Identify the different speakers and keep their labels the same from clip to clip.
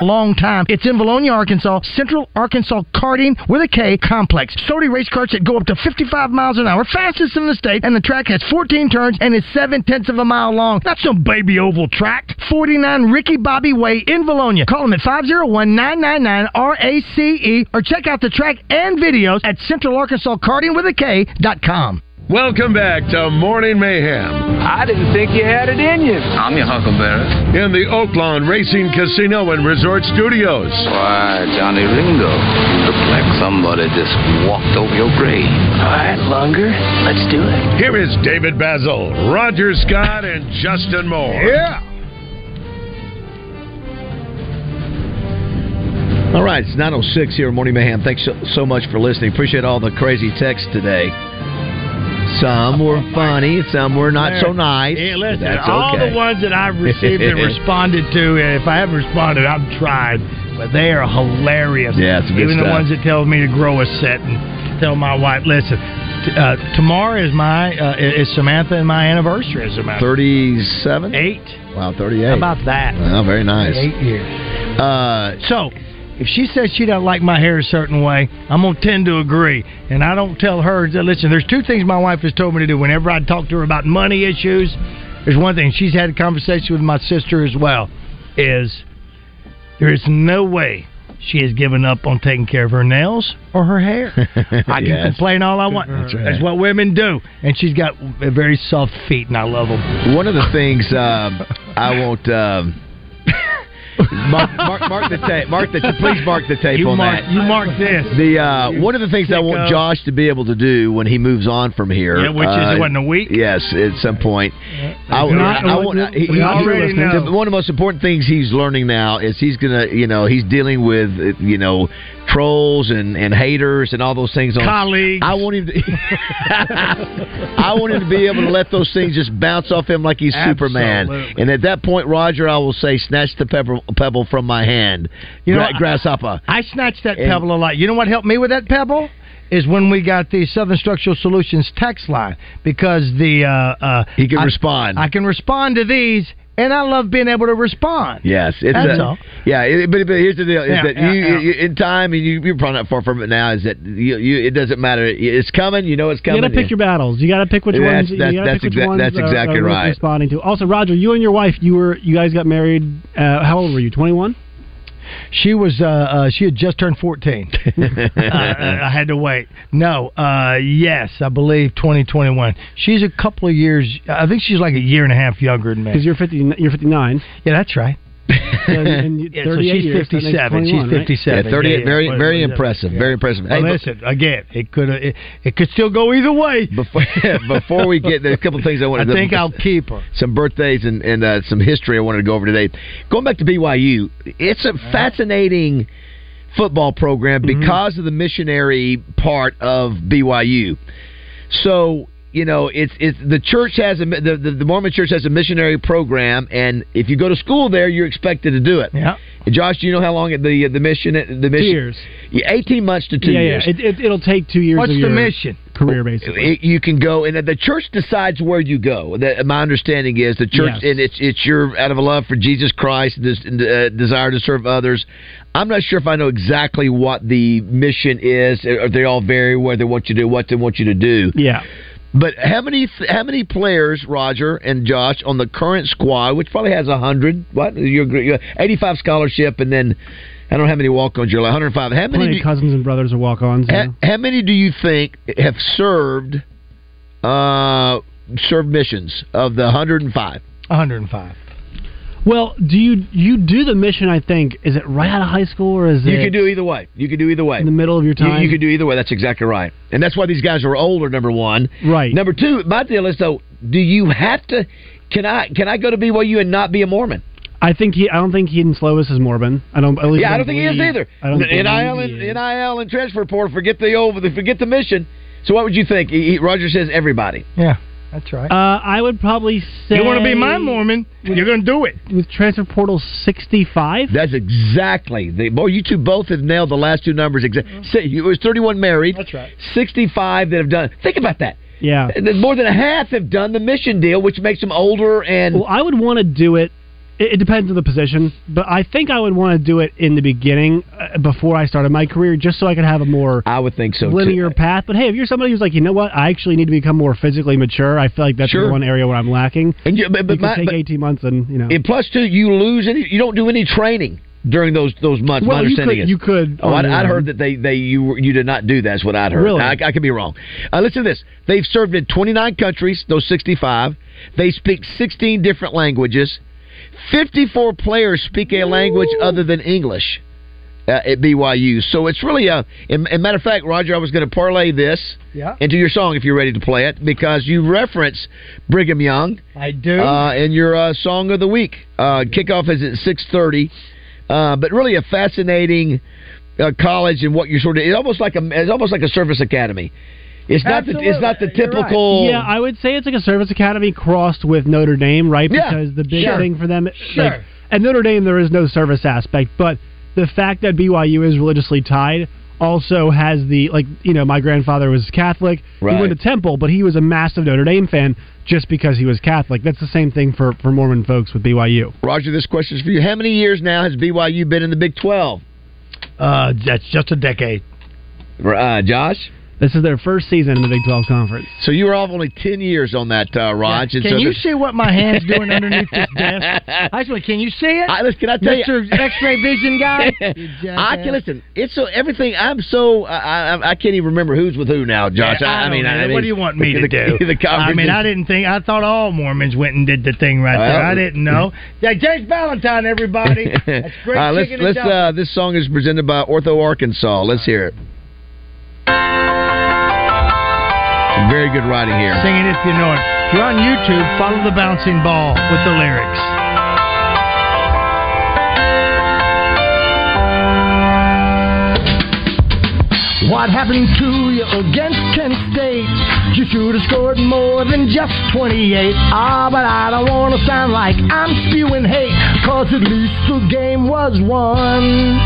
Speaker 1: long time. It's in Valonia, Arkansas, Central Arkansas Karting with a K complex. Sody race carts that go up to 55 miles an hour, fastest in the state, and the track has 14 turns and is 7 tenths of a mile long. Not some baby oval track. 49 Ricky Bobby Way in Valonia. Call them at 501-999-RACE E or check out the track and videos at Central Arkansas Karting with a K dot com.
Speaker 2: Welcome back to Morning Mayhem. I didn't think you had it in you. I'm your Huckleberry. In the Oaklawn Racing Casino and Resort Studios.
Speaker 3: Why, Johnny Ringo, you look like somebody just walked over your grave. All right, Longer, let's do it.
Speaker 2: Here is David Basil, Roger Scott, and Justin Moore. Yeah.
Speaker 4: All right, it's 906 here, at Morning Mayhem. Thanks so, so much for listening. Appreciate all the crazy texts today. Some were funny, some were not so nice.
Speaker 5: Yeah,
Speaker 4: but
Speaker 5: listen,
Speaker 4: that's
Speaker 5: all
Speaker 4: okay.
Speaker 5: the ones that I've received and responded to, and if I haven't responded, I'm trying. But they are hilarious.
Speaker 4: Yeah, it's good
Speaker 5: Even the
Speaker 4: stuff.
Speaker 5: ones that tell me to grow a set and tell my wife, listen, t- uh, tomorrow is my uh, is Samantha and my anniversary. As a matter,
Speaker 4: 37?
Speaker 5: Eight.
Speaker 4: Wow, 38.
Speaker 5: How about that?
Speaker 4: Wow, very nice.
Speaker 5: Eight years.
Speaker 4: Uh,
Speaker 5: so, if she says she doesn't like my hair a certain way, I'm gonna tend to agree, and I don't tell her. that- Listen, there's two things my wife has told me to do. Whenever I talk to her about money issues, there's one thing she's had a conversation with my sister as well. Is there is no way she has given up on taking care of her nails or her hair. I can
Speaker 4: Yes.
Speaker 5: complain all I want. That's, what women do, and she's got very soft feet, and I love them.
Speaker 4: One of the things um, I won't. Um, mark, mark, mark the tape. Mark the please mark the tape
Speaker 5: You
Speaker 4: on
Speaker 5: mark-
Speaker 4: that.
Speaker 5: you mark this.
Speaker 4: The uh, one of the things I
Speaker 5: sicko.
Speaker 4: want Josh to be able to do when he moves on from here,
Speaker 5: Yeah, which is,
Speaker 4: uh,
Speaker 5: what, in a week?
Speaker 4: Yes, at some point. I,
Speaker 5: We're
Speaker 4: I,
Speaker 5: not-
Speaker 4: I want.
Speaker 5: we're not already know.
Speaker 4: the- One of the most important things he's learning now is he's gonna, you know, he's dealing with, uh, you know, trolls and and haters and all those things on
Speaker 5: Colleagues.
Speaker 4: I want him to. I want him to be able to let those things just bounce off him like he's Superman.
Speaker 5: Absolutely.
Speaker 4: And at that point, Roger, I will say, snatch the pebble, pebble from my hand,
Speaker 5: You know,
Speaker 4: Gra- grasshopper.
Speaker 5: I snatched that
Speaker 4: And-
Speaker 5: pebble a lot. You know what helped me with that pebble? Is when we got the Southern Structural Solutions text line because the uh, uh,
Speaker 4: He can
Speaker 5: I-
Speaker 4: respond.
Speaker 5: I can respond to these, and I love being able to respond.
Speaker 4: Yes, it's
Speaker 5: That's
Speaker 4: a-
Speaker 5: all.
Speaker 4: yeah. It, but, but here's the deal: is
Speaker 5: Yeah,
Speaker 4: that
Speaker 5: yeah,
Speaker 4: you,
Speaker 5: yeah.
Speaker 4: you in time, and you, you're probably not far from it now. Is that you, you? It doesn't matter. It's coming. You know it's
Speaker 6: You
Speaker 4: coming.
Speaker 6: gotta pick your battles. You gotta pick which
Speaker 4: That's-
Speaker 6: ones. you
Speaker 4: that's-
Speaker 6: gotta
Speaker 4: that's
Speaker 6: pick
Speaker 4: exac-
Speaker 6: which ones
Speaker 4: that's
Speaker 6: are-
Speaker 4: exactly
Speaker 6: are worth
Speaker 4: right.
Speaker 6: Responding to. Also, Roger, you and your wife, you were, you guys got married. Uh, how old were you? Twenty one.
Speaker 5: She was, uh, uh, she had just turned fourteen. uh, I had to wait. No, uh, yes, I believe twenty twenty one. She's a couple of years. I think she's like a year and a half younger than me.
Speaker 6: Because you're fifty. You're fifty nine.
Speaker 5: Yeah, that's right.
Speaker 6: And, and you-
Speaker 5: Yeah, so
Speaker 6: 38
Speaker 5: she's
Speaker 6: years, that makes
Speaker 5: 57. She's
Speaker 6: 21, right?
Speaker 5: 57.
Speaker 4: Yeah, 38, very- very
Speaker 5: What- what is it?
Speaker 4: impressive, very impressive.
Speaker 5: Well,
Speaker 4: Hey, but-
Speaker 5: listen, again, it
Speaker 7: uh,
Speaker 5: could it, it could still go either way.
Speaker 4: Before before we get there, a couple things I
Speaker 5: I
Speaker 4: wanted. to
Speaker 5: think I'll keep her.
Speaker 4: some birthdays and, and uh, some history I wanted to go over today. Going back to BYU, it's a
Speaker 5: Uh-huh.
Speaker 4: fascinating football program
Speaker 5: Mm-hmm.
Speaker 4: because of the missionary part of BYU. So you know, it's it's the church has a the, the, the Mormon church has a missionary program, and if you go to school there, you're expected to do it.
Speaker 5: Yeah.
Speaker 4: And Josh, do you know how long the the mission the
Speaker 6: Two
Speaker 4: mission
Speaker 6: years.
Speaker 4: Yeah, eighteen months to two
Speaker 6: yeah,
Speaker 4: years.
Speaker 6: yeah. It, it, it'll take two years.
Speaker 5: What's
Speaker 6: of
Speaker 5: the
Speaker 6: your
Speaker 5: mission?
Speaker 6: Career basically.
Speaker 4: it, you can go, and the church decides where you go. That, my understanding is the church,
Speaker 6: Yes.
Speaker 4: and it's it's your out of a love for Jesus Christ, this uh, desire to serve others. I'm not sure if I know exactly what the mission is. Or they all vary where they want you to do, what they want you to do.
Speaker 6: Yeah.
Speaker 4: But how many how many players, Roger and Josh, on the current squad, which probably has a hundred, what your 85 scholarship, and then I don't know how many walk ons you're like 105. How many? do
Speaker 6: Plenty
Speaker 4: you-
Speaker 6: of cousins and brothers are walk ons.
Speaker 4: how, how many do you think have served uh, served missions of the 105?
Speaker 5: 105.
Speaker 6: Well, do you you do the mission? I think is it right out of high school or is
Speaker 4: You
Speaker 6: it
Speaker 4: can do either way. You can do either way.
Speaker 6: in the middle of your
Speaker 4: You,
Speaker 6: time?
Speaker 4: you can do either way. That's exactly right. And that's why these guys are older. Number one.
Speaker 6: Right.
Speaker 4: Number two. My deal is though. Do you have to? Can I? Can I go to BYU and not be a Mormon?
Speaker 6: I think he. I don't think Heaton Slovis is Mormon. I don't. At least
Speaker 4: yeah, I don't
Speaker 6: believe,
Speaker 4: think he is either.
Speaker 6: I don't
Speaker 4: The
Speaker 6: believe
Speaker 4: NIL
Speaker 6: he
Speaker 4: and
Speaker 6: is.
Speaker 4: NIL and transfer portal. Forget the over. Forget the mission. So what would you think? He, he, Roger E, says everybody.
Speaker 5: Yeah.
Speaker 7: That's right.
Speaker 6: Uh, I would probably say
Speaker 7: you want to be my Mormon? You're going to do it.
Speaker 6: with transfer portal sixty-five.
Speaker 4: That's exactly the. Boy, you two both have nailed the last two numbers.
Speaker 6: Mm-hmm.
Speaker 4: Exactly. It was 31 married. That's right. 65 that have done. Think about that.
Speaker 6: Yeah.
Speaker 4: And then More than a half have done the mission deal, which makes them older and.
Speaker 6: Well, I would want to do it. It, it depends on the position, but I think I would want to do it in the beginning uh, before I started my career, just so I could have a more
Speaker 4: I would think so. too.
Speaker 6: linear path. But hey, if you're somebody who's like, you know what, I actually need to become more physically mature. I feel like that's the
Speaker 4: Sure.
Speaker 6: one area where I'm lacking.
Speaker 4: And you, but, but
Speaker 6: could
Speaker 4: my-
Speaker 6: take
Speaker 4: but-
Speaker 6: eighteen months and you know.
Speaker 4: And plus, two, you lose any. You don't do any training during those those months. my
Speaker 6: well, you
Speaker 4: understanding
Speaker 6: could,
Speaker 4: is.
Speaker 6: you could.
Speaker 4: Oh,
Speaker 6: on
Speaker 4: I'd,
Speaker 6: your
Speaker 4: I'd
Speaker 6: own.
Speaker 4: heard that they, they you you did not do that's what I'd heard.
Speaker 6: Really?
Speaker 4: I, I could be wrong. Uh, listen to this. They've served in 29 countries, those 65. They speak 16 different languages. 54 players speak a language other than English uh, at BYU. So it's really a. And, and matter of fact, Roger, I was going to parlay this
Speaker 7: Yeah.
Speaker 4: into your song if you're ready to play it because you reference Brigham Young.
Speaker 7: I do.
Speaker 4: Uh, and your uh, song of the week. Uh, kickoff is at six thirty, uh, but really a fascinating uh, college and what you're sort of. It's almost like a. It's almost like a service academy. It's not. The, it's not the
Speaker 6: You're right.
Speaker 4: typical.
Speaker 6: Yeah, I would say it's like a service academy crossed with Notre Dame, right?
Speaker 4: Yeah,
Speaker 6: because the big
Speaker 4: sure.
Speaker 6: thing for them, like,
Speaker 4: Sure.
Speaker 6: at Notre Dame, there is no service aspect, but the fact that BYU is religiously tied also has the like you know my grandfather was Catholic. He
Speaker 4: Right.
Speaker 6: went to Temple, but he was a massive Notre Dame fan just because he was Catholic. That's the same thing for for Mormon folks with BYU.
Speaker 4: Roger, this question is for you. How many years now has BYU been in the Big Twelve?
Speaker 7: Uh, that's just a decade.
Speaker 4: Uh, Josh.
Speaker 6: This is their first season in the Big 12 conference.
Speaker 4: So you were off only ten years on that, uh, Raj. and
Speaker 6: Can
Speaker 4: so
Speaker 6: you
Speaker 4: the-
Speaker 6: see
Speaker 7: See what my hand's doing underneath this desk? I just went, can you see it?
Speaker 4: I, listen, can I tell you-
Speaker 7: Mr. X-ray vision guy? You
Speaker 4: I
Speaker 7: jackass.
Speaker 4: can listen. It's so everything. I'm so I, I, I can't even remember who's with who now, Josh.
Speaker 7: Yeah,
Speaker 4: I, I
Speaker 7: don't
Speaker 4: mean,
Speaker 7: know.
Speaker 4: I, mean,
Speaker 7: what do you want me
Speaker 4: the,
Speaker 7: to do?
Speaker 4: The,
Speaker 7: I
Speaker 4: conference
Speaker 7: mean, I
Speaker 4: is-
Speaker 7: didn't think. I thought all Mormons went and did the thing right there.
Speaker 4: Well,
Speaker 7: I didn't know. Yeah, James Valentine, everybody. That's great.
Speaker 4: Uh, let's
Speaker 7: chicken and
Speaker 4: let's
Speaker 7: dumplings.
Speaker 4: uh, this song is presented by Ortho Arkansas. Let's hear it. Some very good writing here.
Speaker 7: Sing it if you know it. If you're on YouTube, follow the bouncing ball with the lyrics. What happened to you against Kent State? You should have scored more than just 28. Ah, but I don't want to sound like I'm spewing hate, cause at least the game was won.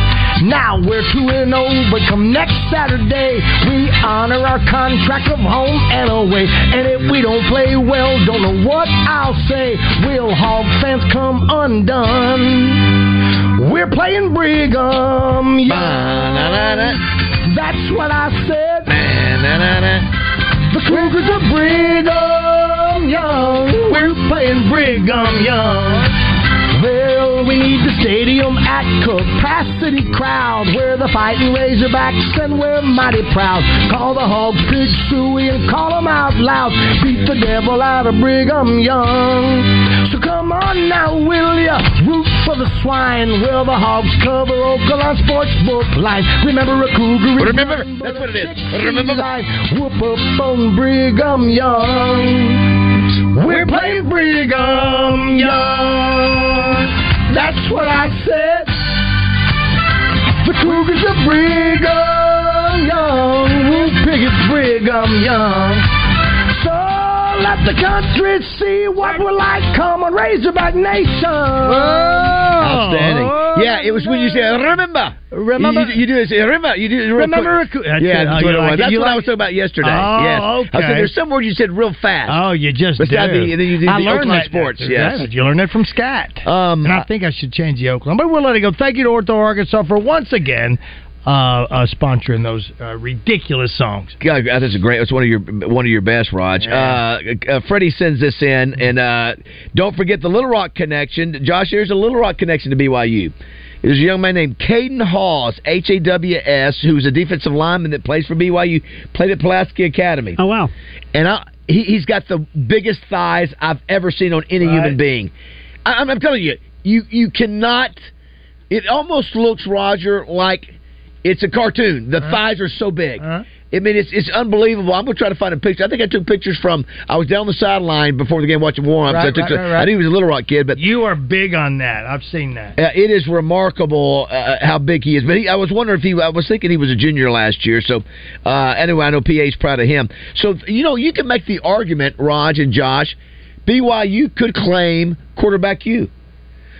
Speaker 7: Now we're 2 and 0, but come next Saturday, we honor our contract of home and away. And if we don't play well, don't know what I'll say. We'll hog fans come undone. We're playing Brigham Young. That's what I said. The Cougars are Brigham Young. We're playing Brigham Young. Well, we need the stadium at capacity crowd. We're the fighting Razorbacks and we're mighty proud. Call the Hogs Big Suey and call 'em out loud. Beat the devil out of Brigham Young. So come on now, will ya? Root for the swine. Will the Hogs cover Oakland Sportsbook line? Remember a Cougar is
Speaker 4: Remember, that's what it is. Remember,
Speaker 7: Whoop up on Brigham Young. We're playing Brigham Young. That's what I said. The Cougars are Brigham Young. We'll pick it Brigham Young. So let the country see what we're like. Come on, Razorback Nation. Oh.
Speaker 4: outstanding. yeah, it was when you said remember.
Speaker 7: Remember-
Speaker 4: You, you do this. Remember. You do it real
Speaker 7: Remember a
Speaker 4: quick.
Speaker 7: cou- that's
Speaker 4: yeah,
Speaker 7: it.
Speaker 4: that's
Speaker 7: Oh,
Speaker 4: what
Speaker 7: you
Speaker 4: it
Speaker 7: like
Speaker 4: was.
Speaker 7: it.
Speaker 4: That's
Speaker 7: You
Speaker 4: what I
Speaker 7: like
Speaker 4: was talking about yesterday.
Speaker 7: Oh,
Speaker 4: yes. I
Speaker 7: okay.
Speaker 4: said there's some words you said real fast.
Speaker 7: Oh, you just
Speaker 4: But that-
Speaker 7: do.
Speaker 4: and then you did
Speaker 7: I
Speaker 4: the
Speaker 7: learned
Speaker 4: Oakland
Speaker 7: that.
Speaker 4: sports,
Speaker 7: That's
Speaker 4: yes.
Speaker 7: it. You learned that from Scat.
Speaker 4: Um,
Speaker 5: uh,
Speaker 7: and I think I should change the Oakland, but we'll let it go. Thank you to Ortho Arkansas for once again uh, uh, sponsoring those uh, ridiculous songs.
Speaker 4: Yeah, that's a great. It's one of your one of your best, Raj. Uh, uh, Freddie sends this in, and uh, don't forget the Little Rock connection. Josh, there's a Little Rock connection to BYU. There's a young man named Caden Hawes, H A W S, who's a defensive lineman that plays for BYU, played at Pulaski Academy.
Speaker 6: Oh wow!
Speaker 4: And I, he, he's got the biggest thighs I've ever seen on any human being. I, I'm, I'm telling you, you you cannot.
Speaker 5: Uh-huh.
Speaker 4: It almost looks Roger like it's a cartoon. The thighs are so big. I mean, it's it's unbelievable. I'm gonna try to find a picture. I think I took pictures from. I was down the sideline before the game watching warm-ups.
Speaker 5: Right,
Speaker 4: I, took
Speaker 5: right, right, right.
Speaker 4: I knew he was a Little Rock kid, but
Speaker 5: You are big on that. I've seen that.
Speaker 4: uh, it is remarkable uh, how big he is. But he, I was wondering if he, I was thinking he was a junior last year. So uh, anyway, I know PA's proud of him. So, you know, you can make the argument, Raj and Josh, BYU could claim quarterback you.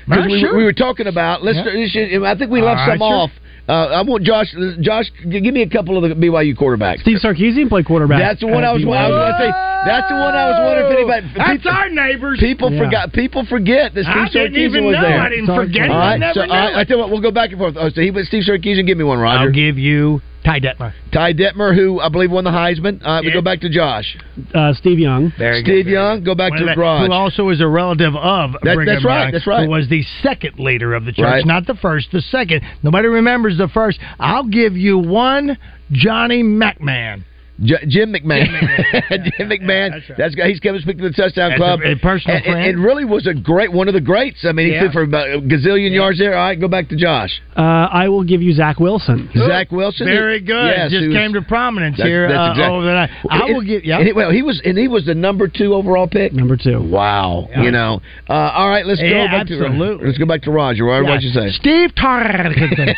Speaker 4: Because
Speaker 7: Ah,
Speaker 4: we, were-
Speaker 7: sure.
Speaker 4: we were talking about, let's,
Speaker 7: Yeah.
Speaker 4: this is- I think we
Speaker 7: All
Speaker 4: left some
Speaker 7: right, sure.
Speaker 4: off. Uh, I want Josh, Josh, g- give me a couple of the BYU quarterbacks.
Speaker 6: Steve Sarkeesian played quarterback.
Speaker 4: That's the one
Speaker 6: at
Speaker 4: I was, I was
Speaker 6: BYU.
Speaker 4: going to say. That's the one I was wondering if anybody.
Speaker 6: That's
Speaker 4: our
Speaker 5: neighbors.
Speaker 4: People
Speaker 6: Yeah.
Speaker 4: forgot. People forget that Steve
Speaker 6: I didn't
Speaker 4: Sarkeesian
Speaker 6: even
Speaker 4: was
Speaker 6: know.
Speaker 4: there.
Speaker 6: I didn't forget it.
Speaker 4: All
Speaker 6: I
Speaker 4: right,
Speaker 6: never
Speaker 4: so
Speaker 6: knew
Speaker 4: I, I tell you what, we'll go back and forth. Oh, so he was Steve Sarkeesian. Give me one, Roger.
Speaker 5: I'll give you Ty Detmer.
Speaker 4: Ty Detmer, who I believe won the Heisman. Uh, We go back to Josh.
Speaker 6: Uh, Steve Young.
Speaker 4: Steve Young. Go back
Speaker 5: One
Speaker 4: to
Speaker 5: of that-
Speaker 4: Raj.
Speaker 5: Who also is a relative of
Speaker 4: That-
Speaker 5: Brigham
Speaker 4: that's right,
Speaker 5: Young,
Speaker 4: that's right.
Speaker 5: Who was the second leader of the church,
Speaker 4: Right.
Speaker 5: not the first, the second. Nobody remembers the first. I'll give you one Johnny McMahon.
Speaker 4: J- Jim McMahon. Jim McMahon. that's guy. He's coming to speak to the touchdown
Speaker 5: That's
Speaker 4: club.
Speaker 5: a- a personal
Speaker 4: and, and-
Speaker 5: friend.
Speaker 4: and really was a great one of the greats. I mean, he
Speaker 6: Yeah.
Speaker 4: threw for about a gazillion yards there. All right, go back to Josh.
Speaker 6: Uh, I will give you Zach Wilson.
Speaker 4: Zach Wilson.
Speaker 5: Very
Speaker 4: who-
Speaker 5: good.
Speaker 4: yes,
Speaker 5: Just
Speaker 4: who was-
Speaker 5: came to prominence
Speaker 4: That's-
Speaker 5: here
Speaker 4: that's
Speaker 5: uh,
Speaker 4: exact-
Speaker 5: over the night. I
Speaker 4: And-
Speaker 5: will give. Yeah.
Speaker 4: and he- well, he was, and he was the number two overall pick.
Speaker 6: Number two.
Speaker 4: Wow. You know. Uh, all right, let's
Speaker 5: Yeah,
Speaker 4: go back to
Speaker 5: absolutely.
Speaker 4: let's go back to Roger. What would you
Speaker 5: Yeah.
Speaker 4: say?
Speaker 5: Steve Tarkenton.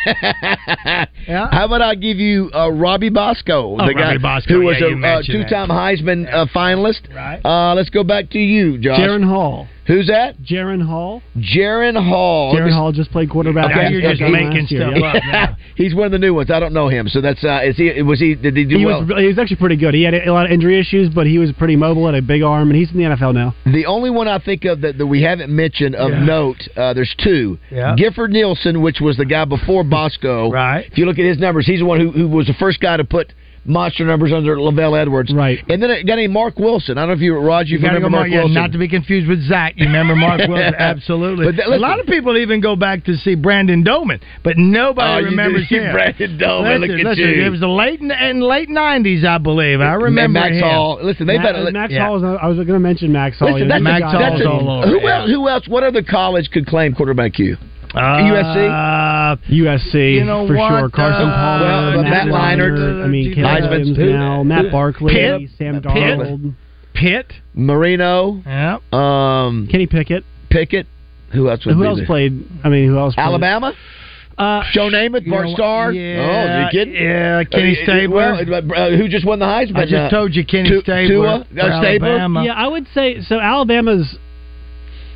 Speaker 4: How about I give you uh, Robbie Bosco,
Speaker 5: Oh,
Speaker 4: the guy
Speaker 5: Robbie Bosco,
Speaker 4: who was
Speaker 5: yeah, you
Speaker 4: a uh,
Speaker 5: mentioned that.
Speaker 4: two-time Heisman uh, finalist. Right. Uh, let's go back to you, Josh.
Speaker 6: Jaron Hall.
Speaker 4: Who's that?
Speaker 6: Jaron Hall.
Speaker 4: Jaron Hall.
Speaker 6: Jaron
Speaker 4: This-
Speaker 6: Hall just played quarterback.
Speaker 4: Okay.
Speaker 6: at Michigan last year, yeah.
Speaker 4: He's one of the new ones. I don't know him, so that's uh, is he? Was he? Did he do
Speaker 6: He
Speaker 4: well?
Speaker 6: was, he was actually pretty good. He had a lot of injury issues, but he was pretty mobile and a big arm, and he's in the NFL now.
Speaker 4: The only one I think of that, that we haven't mentioned of note, uh, there's two.
Speaker 6: Yeah.
Speaker 4: Gifford Nielsen, which was the guy before Bosco. right. If you look at his numbers, he's the one who, who was the first guy to put monster numbers under Lavelle Edwards. Right. And then a guy named Mark Wilson. I don't know if you, Raj, you,
Speaker 5: You gotta
Speaker 4: remember
Speaker 5: go
Speaker 4: Mark
Speaker 5: Mark, yeah,
Speaker 4: Wilson.
Speaker 5: not to be confused with Zach. You remember Mark Wilson? Absolutely.
Speaker 4: But that-
Speaker 5: a lot of people even go back to see Brandon Doman, but
Speaker 4: Oh,
Speaker 5: nobody
Speaker 4: you
Speaker 5: remembers
Speaker 4: do-
Speaker 5: him.
Speaker 4: Brandon Doman,
Speaker 5: Listen,
Speaker 4: look at
Speaker 5: listen,
Speaker 4: you.
Speaker 5: It was the late in late nineties, I believe. I remember
Speaker 4: Max
Speaker 5: him. uh,
Speaker 4: Hall. Listen, they
Speaker 6: Max,
Speaker 4: better let-
Speaker 6: Max
Speaker 4: yeah.
Speaker 6: Hall was. I was going to mention Max Hall.
Speaker 4: Listen,
Speaker 6: He was
Speaker 4: that's
Speaker 6: a
Speaker 4: a-
Speaker 6: guy-
Speaker 4: that's a-
Speaker 6: that's a-
Speaker 4: who else? Who else? What other college could claim quarterback you?
Speaker 6: Uh,
Speaker 5: USC.
Speaker 6: USC.
Speaker 4: you know
Speaker 6: for
Speaker 4: what,
Speaker 6: sure. Carson
Speaker 4: uh,
Speaker 6: Palmer,
Speaker 4: well,
Speaker 6: Matt
Speaker 4: Matt Leinart,
Speaker 6: Leinart. I mean, Caleb
Speaker 4: Heisman,
Speaker 6: Williams
Speaker 4: who-
Speaker 6: now,
Speaker 4: who-
Speaker 6: Matt Barkley,
Speaker 4: Pitt,
Speaker 6: Sam
Speaker 4: Pitt.
Speaker 6: Darnold,
Speaker 5: Pitt,
Speaker 4: Marino.
Speaker 5: Yeah.
Speaker 4: Um,
Speaker 6: Kenny Pickett.
Speaker 4: Pickett. Who else? Would
Speaker 6: Who
Speaker 4: be
Speaker 6: else
Speaker 4: there?
Speaker 6: played? I mean, who else? played?
Speaker 4: Alabama.
Speaker 6: Uh,
Speaker 4: Joe Namath,
Speaker 6: you
Speaker 4: Bart
Speaker 6: know what?
Speaker 4: Starr.
Speaker 6: Yeah,
Speaker 4: oh, are you kidding?
Speaker 6: yeah, Kenny
Speaker 4: Uh, uh,
Speaker 6: Stabler.
Speaker 4: well, uh, who just won the Heisman?
Speaker 6: I just told
Speaker 5: you Kenny
Speaker 4: Tu- Tua,
Speaker 5: Stabler for
Speaker 4: uh, Stabler.
Speaker 5: Alabama.
Speaker 6: Yeah, I would say so. Alabama's.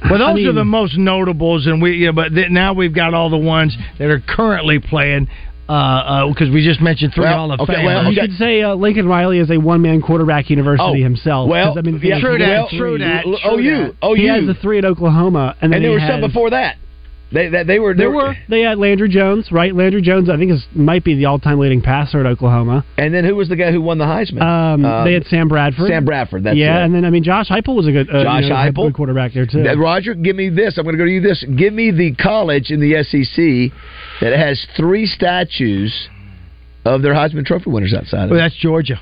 Speaker 5: Well, those
Speaker 6: I mean-
Speaker 5: are the most notables, and we yeah, but th- now we've got all the ones that are currently playing because uh, 'cause we just mentioned three
Speaker 6: Well,
Speaker 5: Hall of
Speaker 6: okay,
Speaker 5: Fame.
Speaker 6: well, You could say uh, Lincoln Riley is a one-man quarterback university
Speaker 5: Oh,
Speaker 6: himself.
Speaker 5: well,
Speaker 6: 'cause, I mean,
Speaker 5: yeah,
Speaker 6: he
Speaker 5: true
Speaker 6: has
Speaker 5: that,
Speaker 6: the
Speaker 5: true
Speaker 6: three.
Speaker 5: that, L- true OU,
Speaker 4: Oh,
Speaker 5: that.
Speaker 6: He
Speaker 5: OU.
Speaker 6: has the three at Oklahoma, and
Speaker 4: And,
Speaker 6: then
Speaker 4: there
Speaker 6: he
Speaker 4: were some
Speaker 6: has-
Speaker 4: before that. They, they, they were. They
Speaker 6: There were. They had Landry Jones, right? Landry Jones, I think, is might be the all-time leading passer at Oklahoma.
Speaker 4: And then who was the guy who won the Heisman?
Speaker 6: Um, they had Sam Bradford.
Speaker 4: Sam Bradford, that's
Speaker 6: yeah,
Speaker 4: it.
Speaker 6: and then I mean Josh Heupel was a good uh,
Speaker 4: Josh
Speaker 6: you know, a
Speaker 4: Heupel.
Speaker 6: good quarterback there too.
Speaker 4: Now, Roger, give me this. I'm going to go to you. This. Give me the college in the SEC that has three statues of their Heisman Trophy winners outside. Of
Speaker 5: Well,
Speaker 4: it.
Speaker 5: that's Georgia.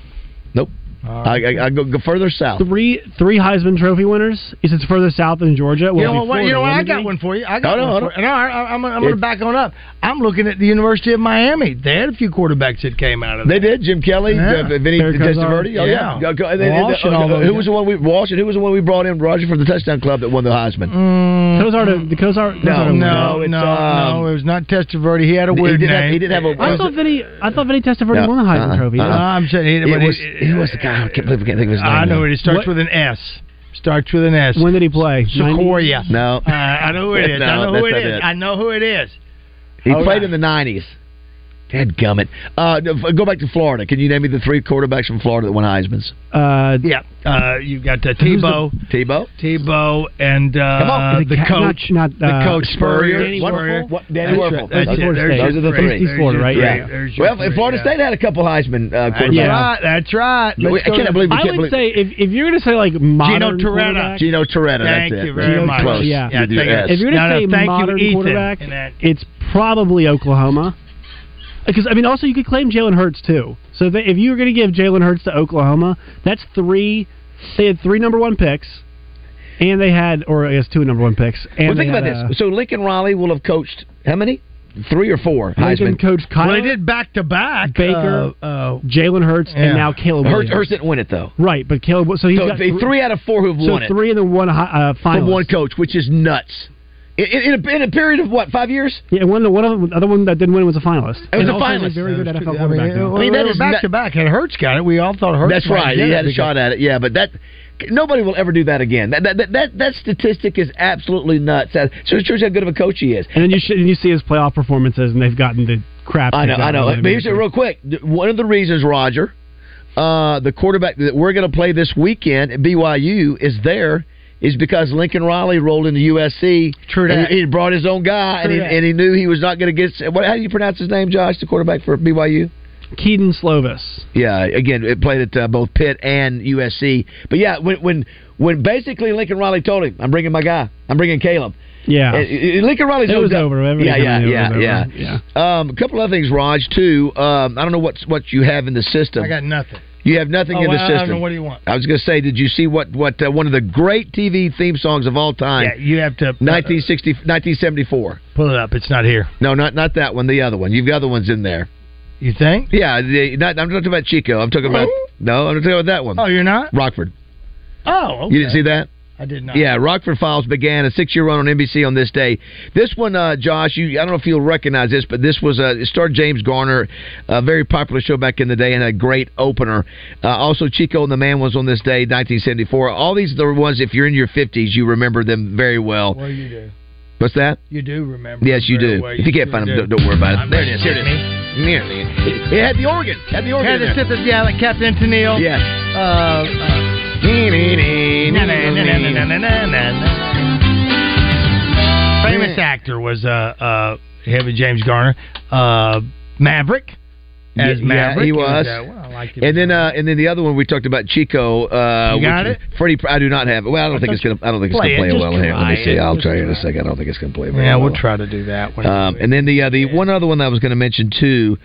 Speaker 4: Nope. I, I, I go, go further south.
Speaker 6: Three three Heisman Trophy winners. Is it further south than Georgia?
Speaker 5: You
Speaker 6: Well,
Speaker 5: know
Speaker 6: it'd
Speaker 5: what?
Speaker 6: be
Speaker 5: you
Speaker 6: Florida,
Speaker 5: know what? I
Speaker 6: wouldn't it
Speaker 5: got
Speaker 6: be?
Speaker 5: one for you. I got
Speaker 6: Hold on,
Speaker 5: one
Speaker 6: hold
Speaker 5: for you. No, I, am going to
Speaker 6: It-
Speaker 5: back on up. I'm looking at the University of Miami. They had a few quarterbacks that came out of
Speaker 4: They did. Jim Kelly,
Speaker 5: Yeah.
Speaker 4: uh, Vinny
Speaker 5: Barry
Speaker 4: Testaverde.
Speaker 5: Cozar.
Speaker 4: Oh yeah.
Speaker 5: Yeah.
Speaker 4: Uh, go- and then-
Speaker 5: Walsh and all
Speaker 4: uh,
Speaker 5: those
Speaker 4: who was the one we Walsh and who was the one we brought in Roger from the touchdown club that won the Heisman?
Speaker 5: Mm.
Speaker 6: Cozart, the Cozart.
Speaker 4: No,
Speaker 6: Cozart won.
Speaker 4: no, it's,
Speaker 5: no,
Speaker 4: um,
Speaker 5: no, it was not Testaverde. He had a
Speaker 4: He
Speaker 5: weird
Speaker 4: did have-
Speaker 5: name.
Speaker 4: he did have a-
Speaker 6: I thought Vinny. I thought Vinny Testaverde
Speaker 4: No,
Speaker 6: won the Heisman
Speaker 4: uh-uh,
Speaker 6: Trophy.
Speaker 4: uh-uh.
Speaker 5: I'm saying he,
Speaker 4: It
Speaker 5: but
Speaker 4: was-
Speaker 5: it-
Speaker 4: who was the guy? I can't believe I can't think of his name.
Speaker 5: I know it. It starts
Speaker 4: What-
Speaker 5: with an S. Starts with an S.
Speaker 6: When did he play?
Speaker 5: Sequoria.
Speaker 4: No.
Speaker 5: Uh, I know who it is. I
Speaker 4: No,
Speaker 5: know who
Speaker 4: that's
Speaker 5: it
Speaker 4: not
Speaker 5: is.
Speaker 4: it.
Speaker 5: I know who it is.
Speaker 4: He
Speaker 5: Oh,
Speaker 4: played
Speaker 5: yeah.
Speaker 4: in the nineties. Dead gummit. Uh, no, f- go back to Florida. Can you name me the three quarterbacks from Florida that won Heisman's?
Speaker 6: Uh,
Speaker 5: yeah. Uh, you've got uh,
Speaker 4: Who's
Speaker 5: Tebow,
Speaker 4: Tebow,
Speaker 5: Tebow, and uh,
Speaker 4: Come on.
Speaker 5: the
Speaker 4: Not-
Speaker 5: coach,
Speaker 6: not, uh,
Speaker 5: the coach Spurrier,
Speaker 4: Danny
Speaker 5: What-
Speaker 4: Werfel?
Speaker 5: what-
Speaker 4: Danny
Speaker 5: That's
Speaker 4: Werfel.
Speaker 5: right. That's
Speaker 4: Those
Speaker 5: it.
Speaker 4: are the
Speaker 5: There's
Speaker 4: three.
Speaker 5: your
Speaker 4: Those are the
Speaker 5: three.
Speaker 4: three.
Speaker 5: There's your three.
Speaker 4: Yeah.
Speaker 5: There's your
Speaker 4: Well,
Speaker 5: three,
Speaker 4: Florida
Speaker 5: yeah.
Speaker 4: State had a couple Heisman uh,
Speaker 5: That's
Speaker 4: quarterbacks.
Speaker 5: right. That's right.
Speaker 4: But
Speaker 5: Let's
Speaker 4: I
Speaker 5: go
Speaker 4: can't
Speaker 5: to-
Speaker 4: believe we
Speaker 6: Uh, I
Speaker 4: can't
Speaker 6: would
Speaker 4: believe.
Speaker 6: say if, if you're going to say like modern
Speaker 5: Toretta.
Speaker 6: quarterback-
Speaker 4: Gino Toretta.
Speaker 5: Thank
Speaker 4: that's
Speaker 5: you
Speaker 4: it.
Speaker 5: very
Speaker 4: Gino
Speaker 5: much.
Speaker 4: Close.
Speaker 5: Yeah.
Speaker 4: With your
Speaker 5: Yeah, thank
Speaker 4: S.
Speaker 5: you.
Speaker 6: If you're going to
Speaker 5: No, no,
Speaker 6: say
Speaker 5: thank you,
Speaker 6: modern
Speaker 5: Ethan.
Speaker 6: quarterback,
Speaker 5: And that-
Speaker 6: it's probably Oklahoma. Because I mean, also you could claim Jalen Hurts too. So they, if you were going to give Jalen Hurts to Oklahoma, that's three. They had three number one picks, and they had, or I guess, two number one picks. And
Speaker 4: well, think
Speaker 6: they
Speaker 4: about
Speaker 6: had, uh,
Speaker 4: this. So Lincoln Riley will have coached how many? three or four
Speaker 6: Lincoln
Speaker 4: Heisman.
Speaker 6: coach Kyle.
Speaker 5: Well, they did back to back. uh,
Speaker 6: Baker, Jalen Hurts,
Speaker 4: Uh, Yeah.
Speaker 6: and now Caleb.
Speaker 4: Hurts-
Speaker 6: Williams.
Speaker 4: Hurts didn't win it though.
Speaker 6: Right, but Caleb. So he's
Speaker 4: So
Speaker 6: got
Speaker 4: they- three out of four who've
Speaker 6: so
Speaker 4: won it.
Speaker 6: three and then one hi- uh, finalist.
Speaker 4: from one coach, which is nuts. In, in, in a, in a period of what five years?
Speaker 6: Yeah, one of the one of the other one that didn't win was a finalist.
Speaker 4: It was
Speaker 6: And
Speaker 4: a
Speaker 6: also he's
Speaker 4: finalist.
Speaker 6: Very good
Speaker 4: Yeah, it was
Speaker 6: NFL
Speaker 4: pretty- I mean,
Speaker 6: quarterback. now.
Speaker 4: I mean, that is
Speaker 5: back
Speaker 4: not-
Speaker 5: to back, and Hurts got it. We all thought Hurts.
Speaker 4: That's
Speaker 5: might
Speaker 4: right.
Speaker 5: get
Speaker 4: He
Speaker 5: it
Speaker 4: had a
Speaker 5: because-
Speaker 4: shot at it. Yeah, but that nobody will ever do that again. That that that, that, that statistic is absolutely nuts. That so it shows how good of a coach he is.
Speaker 6: And then you should, and you see his playoff performances, and they've gotten the crap.
Speaker 4: I know,
Speaker 6: they've
Speaker 4: I know.
Speaker 6: gotten.
Speaker 4: But here's it real quick. One of the reasons, Roger, uh, the quarterback that we're going to play this weekend at BYU is there is because Lincoln Riley rolled into USC.
Speaker 5: True
Speaker 4: and
Speaker 5: that.
Speaker 4: He, he brought his own guy, and
Speaker 5: True
Speaker 4: he,
Speaker 5: that.
Speaker 4: and he knew he was not going to get. What, how do you pronounce his name, Josh? The quarterback for BYU.
Speaker 6: Keaton Slovis.
Speaker 4: Yeah, again, it played at uh, both Pitt and USC. But yeah, when when when basically Lincoln Riley told him, "I'm bringing my guy. I'm bringing Caleb."
Speaker 6: Yeah.
Speaker 4: Uh, uh, Lincoln Riley's
Speaker 6: It
Speaker 4: no
Speaker 6: was
Speaker 4: doubt-
Speaker 6: over. Everybody
Speaker 4: Yeah, yeah,
Speaker 6: kinda knew it
Speaker 4: yeah,
Speaker 6: was
Speaker 4: yeah.
Speaker 6: over. Yeah.
Speaker 4: Um, a couple other things, Raj. Too. Um, I don't know what's what you have in the system.
Speaker 5: I got nothing.
Speaker 4: you have nothing
Speaker 5: Oh,
Speaker 4: in the
Speaker 5: I- I
Speaker 4: system.
Speaker 5: don't know. What do you want?
Speaker 4: I was going to say, did you see what what uh, one of the great TV theme songs of all time?
Speaker 5: Yeah, you have to uh,
Speaker 4: 1960, 1974.
Speaker 5: pull it up. It's not here.
Speaker 4: No, not not that one. The other one. You've got other ones in there.
Speaker 5: You think?
Speaker 4: Yeah, the, not, I'm not talking about Chico. I'm talking about no. I'm not talking about that one.
Speaker 5: Oh, you're not.
Speaker 4: Rockford.
Speaker 5: Oh, okay.
Speaker 4: You didn't see that?
Speaker 5: I did not.
Speaker 4: Yeah, Rockford Files began a six-year run on NBC on this day. This one, uh, Josh, you, I don't know if you'll recognize this, but this was uh, it starred James Garner, a very popular show back in the day, and a great opener. Uh, also, Chico and the Man was on this day, 1974. All these are ones. If you're in your 50s, you remember them very well.
Speaker 5: Well, you do.
Speaker 4: What's that?
Speaker 5: You do remember.
Speaker 4: Yes, you
Speaker 5: very
Speaker 4: do.
Speaker 5: well.
Speaker 4: If you can't find
Speaker 5: do.
Speaker 4: them, don't, don't worry about
Speaker 5: I'm
Speaker 4: it. There it is. Here it
Speaker 5: kidding
Speaker 4: is. Nearly. It had the organ. Had the organ.
Speaker 5: Had
Speaker 4: in
Speaker 5: to
Speaker 4: there.
Speaker 5: sit this, yeah, like Captain Tennille.
Speaker 4: Yes.
Speaker 5: Uh, uh,
Speaker 7: uh,
Speaker 5: Famous actor was uh, uh, heavy James Garner. Uh, Maverick. As
Speaker 4: Yeah, yeah,
Speaker 5: Maverick.
Speaker 4: he was.
Speaker 5: uh, well, I liked it.
Speaker 4: And then, uh, and then the other one we talked about, Chico. Uh,
Speaker 5: You got
Speaker 4: which- Freddie, I do not have. Well, I don't think it's gonna. I don't think it's
Speaker 5: play
Speaker 4: gonna play
Speaker 5: it. Just
Speaker 4: well here. Let
Speaker 5: try
Speaker 4: me see.
Speaker 5: it.
Speaker 4: I'll
Speaker 5: Just
Speaker 4: try it in a
Speaker 5: try
Speaker 4: second. I don't think it's gonna play very
Speaker 5: yeah,
Speaker 4: well.
Speaker 5: we'll try to do that one.
Speaker 4: Um, and then the uh, the one other one that I was going to mention too,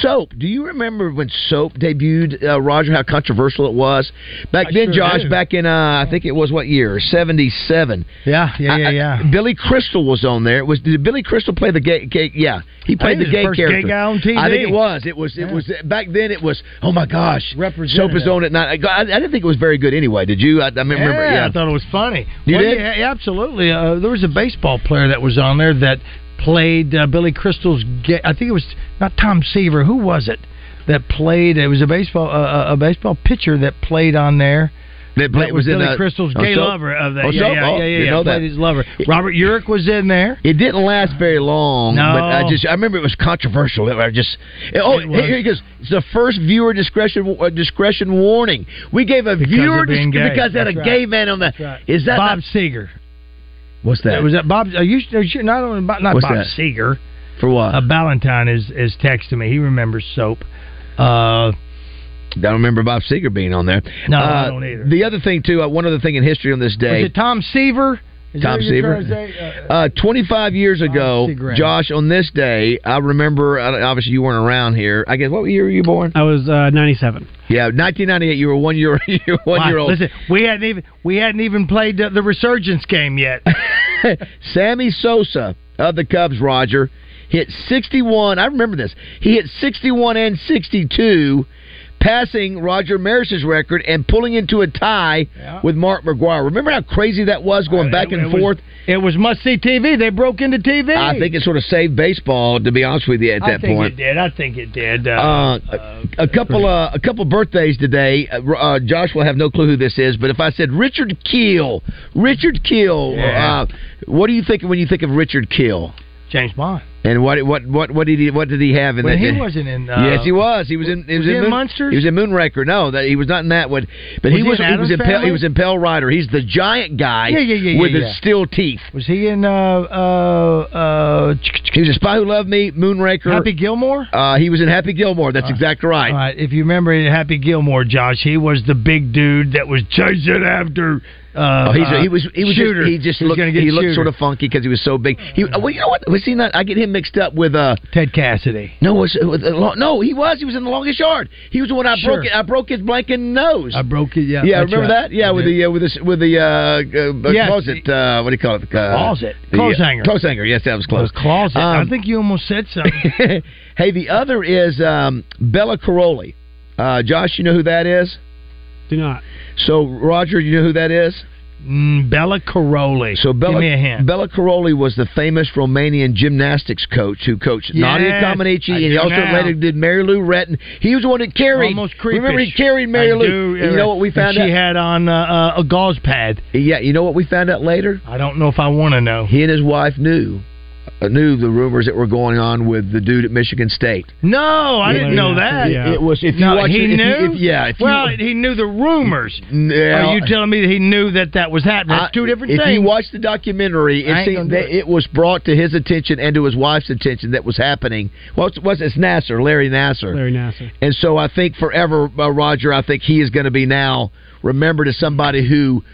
Speaker 4: soap. Do you remember when soap debuted, uh, Roger? How controversial it was back
Speaker 5: I
Speaker 4: then,
Speaker 5: sure
Speaker 4: Josh.
Speaker 5: do.
Speaker 4: Back in uh, I think it was what year? Seventy seven.
Speaker 5: yeah, yeah, yeah, yeah.
Speaker 4: Billy Crystal was on there. It was did Billy Crystal play the gay? gay yeah, he played
Speaker 5: think
Speaker 4: the
Speaker 5: it was the
Speaker 4: gay
Speaker 5: first gay
Speaker 4: character.
Speaker 5: guy on TV.
Speaker 4: I think it was. It was. It was back then. It was. Oh my gosh, soap is
Speaker 5: Representative.
Speaker 4: on it. Not. I, I didn't think it was very good anyway. Did you? I, I remember.
Speaker 5: yeah,
Speaker 4: Yeah.
Speaker 5: I thought it was funny.
Speaker 4: You
Speaker 5: Well,
Speaker 4: did?
Speaker 5: yeah, yeah, absolutely. Uh, there was a baseball player that was on there that played uh, Billy Crystal's. Ga- I think it was not Tom Seaver. Who was it that played? It was a baseball uh, a baseball pitcher that played on there.
Speaker 4: That play-
Speaker 5: That was,
Speaker 4: was in,
Speaker 5: Billy
Speaker 4: uh,
Speaker 5: Crystal's
Speaker 4: on
Speaker 5: gay
Speaker 4: Soap?
Speaker 5: lover of that.
Speaker 4: On
Speaker 5: yeah,
Speaker 4: Soap?
Speaker 5: yeah,
Speaker 4: Oh,
Speaker 5: yeah, yeah,
Speaker 4: didn't
Speaker 5: yeah.
Speaker 4: know
Speaker 5: Played
Speaker 4: that.
Speaker 5: his lover. Robert Urich was in there.
Speaker 4: It didn't last very long,
Speaker 5: No.
Speaker 4: but I just I remember it was controversial. I just oh
Speaker 5: It was.
Speaker 4: here he goes. It's the first viewer discretion uh, discretion warning. We gave a viewer
Speaker 5: of being
Speaker 4: disc-
Speaker 5: gay.
Speaker 4: because they had
Speaker 5: That's
Speaker 4: a
Speaker 5: right.
Speaker 4: gay man on the.
Speaker 5: right.
Speaker 4: Is that
Speaker 5: Bob
Speaker 4: not-
Speaker 5: Seeger.
Speaker 4: what's that?
Speaker 5: Was that Bob? Are you, are you not only Bob, not
Speaker 4: What's
Speaker 5: Bob
Speaker 4: that?
Speaker 5: Seeger?
Speaker 4: for what?
Speaker 5: Uh, Ballantyne is is texting me. He remembers soap. Uh,
Speaker 4: I don't remember Bob Seger being on there.
Speaker 5: No,
Speaker 4: uh,
Speaker 5: I don't either.
Speaker 4: The other thing too, uh, one other thing in history on this
Speaker 5: Was
Speaker 4: day.
Speaker 5: it Tom Seaver?
Speaker 4: Tom
Speaker 5: Is that what you're
Speaker 4: Seaver?
Speaker 5: trying to say? Uh,
Speaker 4: Uh, 25 years ago,
Speaker 5: Seagram.
Speaker 4: Josh, on this day, I remember, I don't- obviously you weren't around here. I guess, what year were you born?
Speaker 6: I was uh, 97.
Speaker 4: Yeah, 1998, you were one year, you were one
Speaker 5: wow,
Speaker 4: year old.
Speaker 5: Listen, we hadn't even we hadn't even played the, the resurgence game yet.
Speaker 4: Sammy Sosa of the Cubs, Roger, hit 61. I remember this. He hit 61 and 62, passing Roger Maris's record and pulling into a tie
Speaker 5: Yeah. Uh,
Speaker 4: with Mark McGuire. Remember how crazy that was going back
Speaker 5: It-
Speaker 4: and
Speaker 5: it was-
Speaker 4: forth?
Speaker 5: It was must see TV. They broke into TV.
Speaker 4: I think it sort of saved baseball, to be honest with you, at
Speaker 5: I
Speaker 4: that
Speaker 5: think
Speaker 4: point.
Speaker 5: it did. I think it did. Uh,
Speaker 4: Uh, a, a couple uh, a couple birthdays today. Uh, uh, Josh will have no clue who this is, but if I said Richard Keel, Richard Keel,
Speaker 5: Yeah.
Speaker 4: uh, what do you think when you think of Richard Keel?
Speaker 5: James Bond.
Speaker 4: And what what what what did he what did he have in
Speaker 5: Well,
Speaker 4: that?
Speaker 5: he
Speaker 4: day?
Speaker 5: wasn't in. Uh,
Speaker 4: yes, he was. He was in. He was,
Speaker 5: was he in
Speaker 4: Moon,
Speaker 5: Munsters?
Speaker 4: He was in Moonraker. No, that he was not in that one. But he was.
Speaker 5: Was he in
Speaker 4: He was in. Pell,
Speaker 5: Addams
Speaker 4: he
Speaker 5: Family?
Speaker 4: was in Pell Rider. He's the giant guy.
Speaker 5: Yeah, yeah, yeah, yeah,
Speaker 4: With the
Speaker 5: yeah.
Speaker 4: steel teeth.
Speaker 5: Was he in? Uh, uh, uh,
Speaker 4: He was in Spy Who Loved Me, Moonraker.
Speaker 5: Happy Gilmore.
Speaker 4: uh, he was in Happy Gilmore. That's exactly right.
Speaker 5: Uh, All right, if you remember in Happy Gilmore, Josh, he was the big dude that was chasing after. Uh,
Speaker 4: Oh, he's a,
Speaker 5: uh,
Speaker 4: he was he was
Speaker 5: shooter.
Speaker 4: just, he just
Speaker 5: was
Speaker 4: looked
Speaker 5: gonna get
Speaker 4: he looked
Speaker 5: shooter.
Speaker 4: sort of funky because he was so big. He well, you uh, know what was he not? I get him him mixed up with uh,
Speaker 5: Ted Cassidy.
Speaker 4: No, it's, with the uh, lo- no, he was. He was in the longest yard. He was the one I
Speaker 5: Sure.
Speaker 4: broke. it- I broke his blanking nose.
Speaker 5: I broke it. Yeah,
Speaker 4: yeah,
Speaker 5: that's
Speaker 4: remember
Speaker 5: right.
Speaker 4: that? Yeah, with the uh, with the with the uh, uh,
Speaker 5: Yeah.
Speaker 4: closet. Uh, what do you call it? Uh,
Speaker 5: Closet.
Speaker 4: the, uh,
Speaker 5: Clothes hanger.
Speaker 4: Clothes hanger. Yes, that was close.
Speaker 5: closet. I
Speaker 4: Um,
Speaker 5: think you almost said something.
Speaker 4: hey, the other is um, Bella Caroli. Uh, Josh, you know who that is?
Speaker 6: Do not.
Speaker 4: So, Roger, you know who that is?
Speaker 5: Mm, Bella Caroli.
Speaker 4: So Bella,
Speaker 5: me a hint.
Speaker 4: Bella Caroli was the famous Romanian gymnastics coach who coached
Speaker 5: Yes,
Speaker 4: Nadia Comaneci,
Speaker 5: I
Speaker 4: and he
Speaker 5: do
Speaker 4: also
Speaker 5: now.
Speaker 4: later did Mary Lou Retton. He was the one that carried.
Speaker 5: Almost creepish.
Speaker 4: remember, he carried Mary
Speaker 5: I
Speaker 4: Lou.
Speaker 5: do,
Speaker 4: And you know what we
Speaker 5: and
Speaker 4: found
Speaker 5: she
Speaker 4: out?
Speaker 5: had on uh, uh, a gauze pad.
Speaker 4: yeah, you know what we found out later?
Speaker 5: I don't know if I want to know.
Speaker 4: He and his wife knew uh, knew the rumors that were going on with the dude at Michigan State.
Speaker 5: No, I
Speaker 4: Yeah,
Speaker 5: didn't know
Speaker 4: yeah.
Speaker 5: that.
Speaker 4: It- it was- if you
Speaker 5: no,
Speaker 4: watch
Speaker 5: he
Speaker 4: it- if you- if-
Speaker 5: knew.
Speaker 4: yeah, if you-
Speaker 5: well, he knew the rumors.
Speaker 4: Now-
Speaker 5: Are you telling me that he knew that that was happening?
Speaker 4: I-
Speaker 5: That's two different
Speaker 4: if
Speaker 5: things.
Speaker 4: you watch the documentary,
Speaker 5: I
Speaker 4: it
Speaker 5: ain't
Speaker 4: seemed
Speaker 5: gonna do
Speaker 4: that it was brought to his attention and to his wife's attention that was happening. Well, it's, was it's Nasser, Larry Nasser,
Speaker 6: Larry Nasser.
Speaker 4: and so I think forever, uh, Roger. I think he is going to be now remembered as somebody who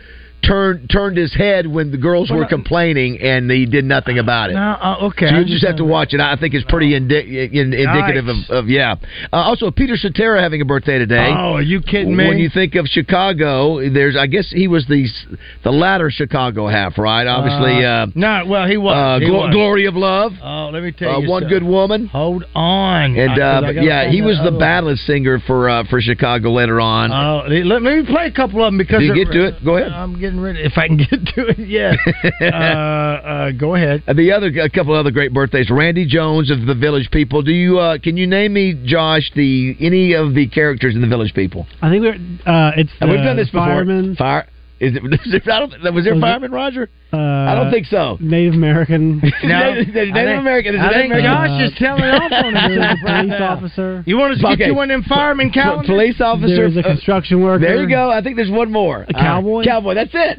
Speaker 4: turned turned his head when the girls were complaining and he did nothing about it.
Speaker 5: No, uh, okay.
Speaker 4: So
Speaker 5: I
Speaker 4: you just have to watch it. I think it's pretty indi- in, indicative of,
Speaker 5: Yikes.
Speaker 4: of yeah. Uh, also, Peter Cetera having a birthday today.
Speaker 5: Oh, are you kidding me?
Speaker 4: When you think of Chicago, there's I guess he was the s- the latter Chicago half, right? Obviously, uh,
Speaker 5: no. Well, he was.
Speaker 4: uh,
Speaker 5: he
Speaker 4: Glo-
Speaker 5: was.
Speaker 4: Glory of Love,
Speaker 5: Oh, let me tell
Speaker 4: uh,
Speaker 5: you.
Speaker 4: One
Speaker 5: something.
Speaker 4: Good Woman.
Speaker 5: Hold on.
Speaker 4: And uh,
Speaker 5: I- 'cause I
Speaker 4: but
Speaker 5: gotta
Speaker 4: yeah,
Speaker 5: find
Speaker 4: he
Speaker 5: that
Speaker 4: was the
Speaker 5: other one.
Speaker 4: ballad singer for uh, for Chicago later on.
Speaker 5: Oh, let, let me play a couple of them because
Speaker 4: Did you
Speaker 5: they're-
Speaker 4: get to it? Go ahead.
Speaker 5: I'm getting ready. If I can get to it, yes. uh, uh, go ahead.
Speaker 4: Uh, The other a couple other great birthdays. Randy Jones of the Village People. Do you uh, can you name me Josh the any of the characters in the Village People?
Speaker 6: I think we're. Uh, it's
Speaker 4: And we've
Speaker 6: the
Speaker 4: done this before.
Speaker 6: Fireman.
Speaker 4: Fire. Is it, is it- I don't, was there
Speaker 6: Was it-
Speaker 4: fireman Roger?
Speaker 6: Uh,
Speaker 4: I don't think so.
Speaker 6: Native American.
Speaker 4: Native, Native American. Is it
Speaker 5: I
Speaker 4: Native
Speaker 5: think
Speaker 4: American?
Speaker 5: Josh is telling off on
Speaker 6: There's
Speaker 5: us.
Speaker 6: a police officer.
Speaker 5: You want us to
Speaker 4: Okay.
Speaker 5: get you one of them fireman
Speaker 4: Pol-
Speaker 5: calendars?
Speaker 4: police officer.
Speaker 6: There's a
Speaker 4: uh,
Speaker 6: construction worker.
Speaker 4: there you go. I think there's one more.
Speaker 6: A cowboy?
Speaker 4: Uh, cowboy. That's it.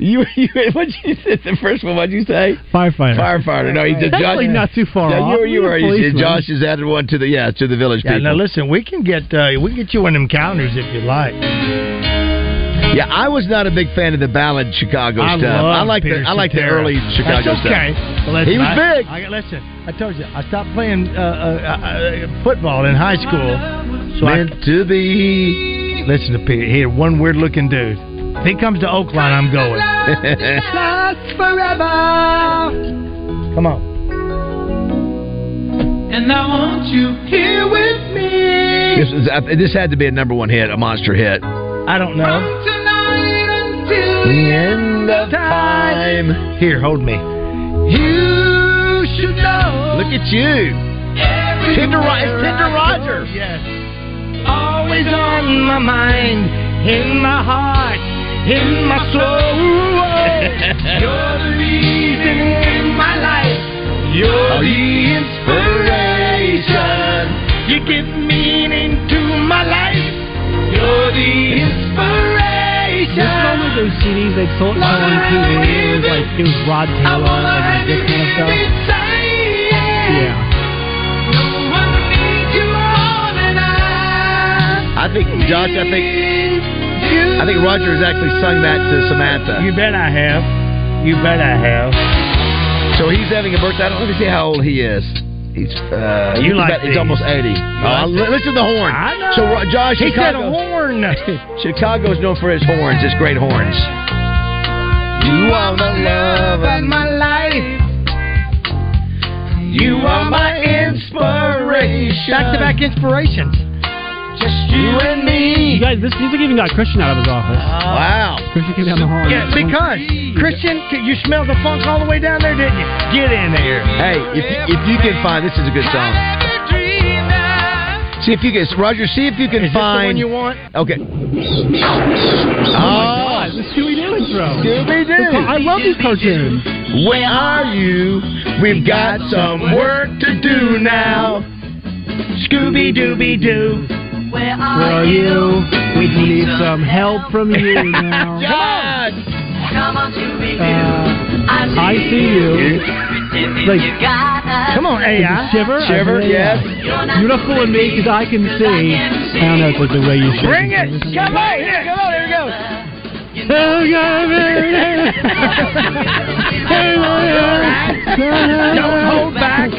Speaker 4: you. you what you said? The first one. What'd you say?
Speaker 6: Firefighter.
Speaker 4: Firefighter. No, he did.
Speaker 6: That's
Speaker 4: Josh,
Speaker 6: really not too far
Speaker 4: Yeah,
Speaker 6: off.
Speaker 4: you were. You
Speaker 6: We're
Speaker 4: were.
Speaker 6: a
Speaker 4: You said
Speaker 6: policeman.
Speaker 4: Josh has added one to the yeah to the village
Speaker 5: Yeah,
Speaker 4: people.
Speaker 5: now listen, we can get uh, we can get you one of them calendars if you like.
Speaker 4: Yeah, I was not a big fan of the ballad Chicago
Speaker 5: I
Speaker 4: stuff.
Speaker 5: love
Speaker 4: I like
Speaker 5: Peter
Speaker 4: the I like the
Speaker 5: Cetera.
Speaker 4: early Chicago
Speaker 5: That's okay.
Speaker 4: stuff.
Speaker 5: Well, listen,
Speaker 4: He was
Speaker 5: I-
Speaker 4: big.
Speaker 5: I, listen, I told you, I stopped playing uh, uh, uh, football in high school, so I
Speaker 4: Meant to be.
Speaker 5: listen to Peter. He had one weird looking dude. If he comes to Oakland, I'm going.
Speaker 7: Last forever.
Speaker 5: Come on.
Speaker 7: And I want you here with me.
Speaker 4: this, is, I- this had to be a number one hit, a monster hit.
Speaker 5: I don't know.
Speaker 7: From tonight until
Speaker 4: The end of
Speaker 7: time.
Speaker 4: time.
Speaker 5: Here, hold me.
Speaker 7: you should know.
Speaker 4: Look at you,
Speaker 7: everywhere
Speaker 4: Tender, Ro- it's Tender
Speaker 7: I
Speaker 4: Rogers.
Speaker 7: go, Always on my mind, in my heart, in my soul. You're the reason in my life. You're
Speaker 4: Oh,
Speaker 7: the
Speaker 4: you-
Speaker 7: inspiration. You give meaning to my life. You're the
Speaker 6: This song was
Speaker 7: inspiration.
Speaker 6: those CDs they sold on TV. It was like it was Rod
Speaker 7: I
Speaker 6: Taylor
Speaker 7: wanna
Speaker 6: and
Speaker 7: have you
Speaker 6: this kind of
Speaker 7: here
Speaker 6: stuff.
Speaker 7: beside.
Speaker 6: Yeah.
Speaker 7: No one needs you more than
Speaker 4: I
Speaker 7: I.
Speaker 4: think Josh. I think I think Roger has actually sung that to Samantha.
Speaker 5: You bet I have. You bet I have.
Speaker 4: So he's having a birthday. I don't let me see how old he is. He's uh, he's
Speaker 5: You like
Speaker 4: about, he's
Speaker 5: these.
Speaker 4: almost eighty. Oh, li- listen to the horn.
Speaker 5: I know.
Speaker 4: So Ro- Josh,
Speaker 5: He said a
Speaker 4: Chicago,
Speaker 5: horn.
Speaker 4: Chicago's known for his horns, his great horns. You are the love of my life. You are my inspiration.
Speaker 5: Back to back inspirations.
Speaker 4: just you and me.
Speaker 6: You guys, this music even got Christian out of his office.
Speaker 4: Wow.
Speaker 6: Christian came down the hall.
Speaker 5: Yeah, because Christian, you smelled the funk all the way down there, didn't you? Get in there.
Speaker 4: Hey, if you, if you can find this is a good song. See if you can, Roger. See if you can
Speaker 5: Is this the
Speaker 4: find
Speaker 5: one you want?
Speaker 4: Okay.
Speaker 6: God,
Speaker 4: Oh,
Speaker 6: the Stewie Doo intro.
Speaker 4: Scooby
Speaker 6: I
Speaker 4: Doo.
Speaker 6: love these cartoons.
Speaker 4: Where are you? We've got some work to do now. Scooby Dooby Doo.
Speaker 6: Where
Speaker 7: Where are
Speaker 6: are you? We need some help from you now.
Speaker 4: John.
Speaker 7: Come on to me.
Speaker 6: Uh,
Speaker 7: I
Speaker 6: I see you. Like,
Speaker 5: Come on, AI.
Speaker 6: shiver? I
Speaker 4: Shiver,
Speaker 6: really
Speaker 4: yes.
Speaker 6: am. You're not fooling me because I can see. I don't know if it's the way you should.
Speaker 5: Bring it. Come on.
Speaker 4: Come on, here we go.
Speaker 6: Oh, God, man.
Speaker 7: Don't hold back.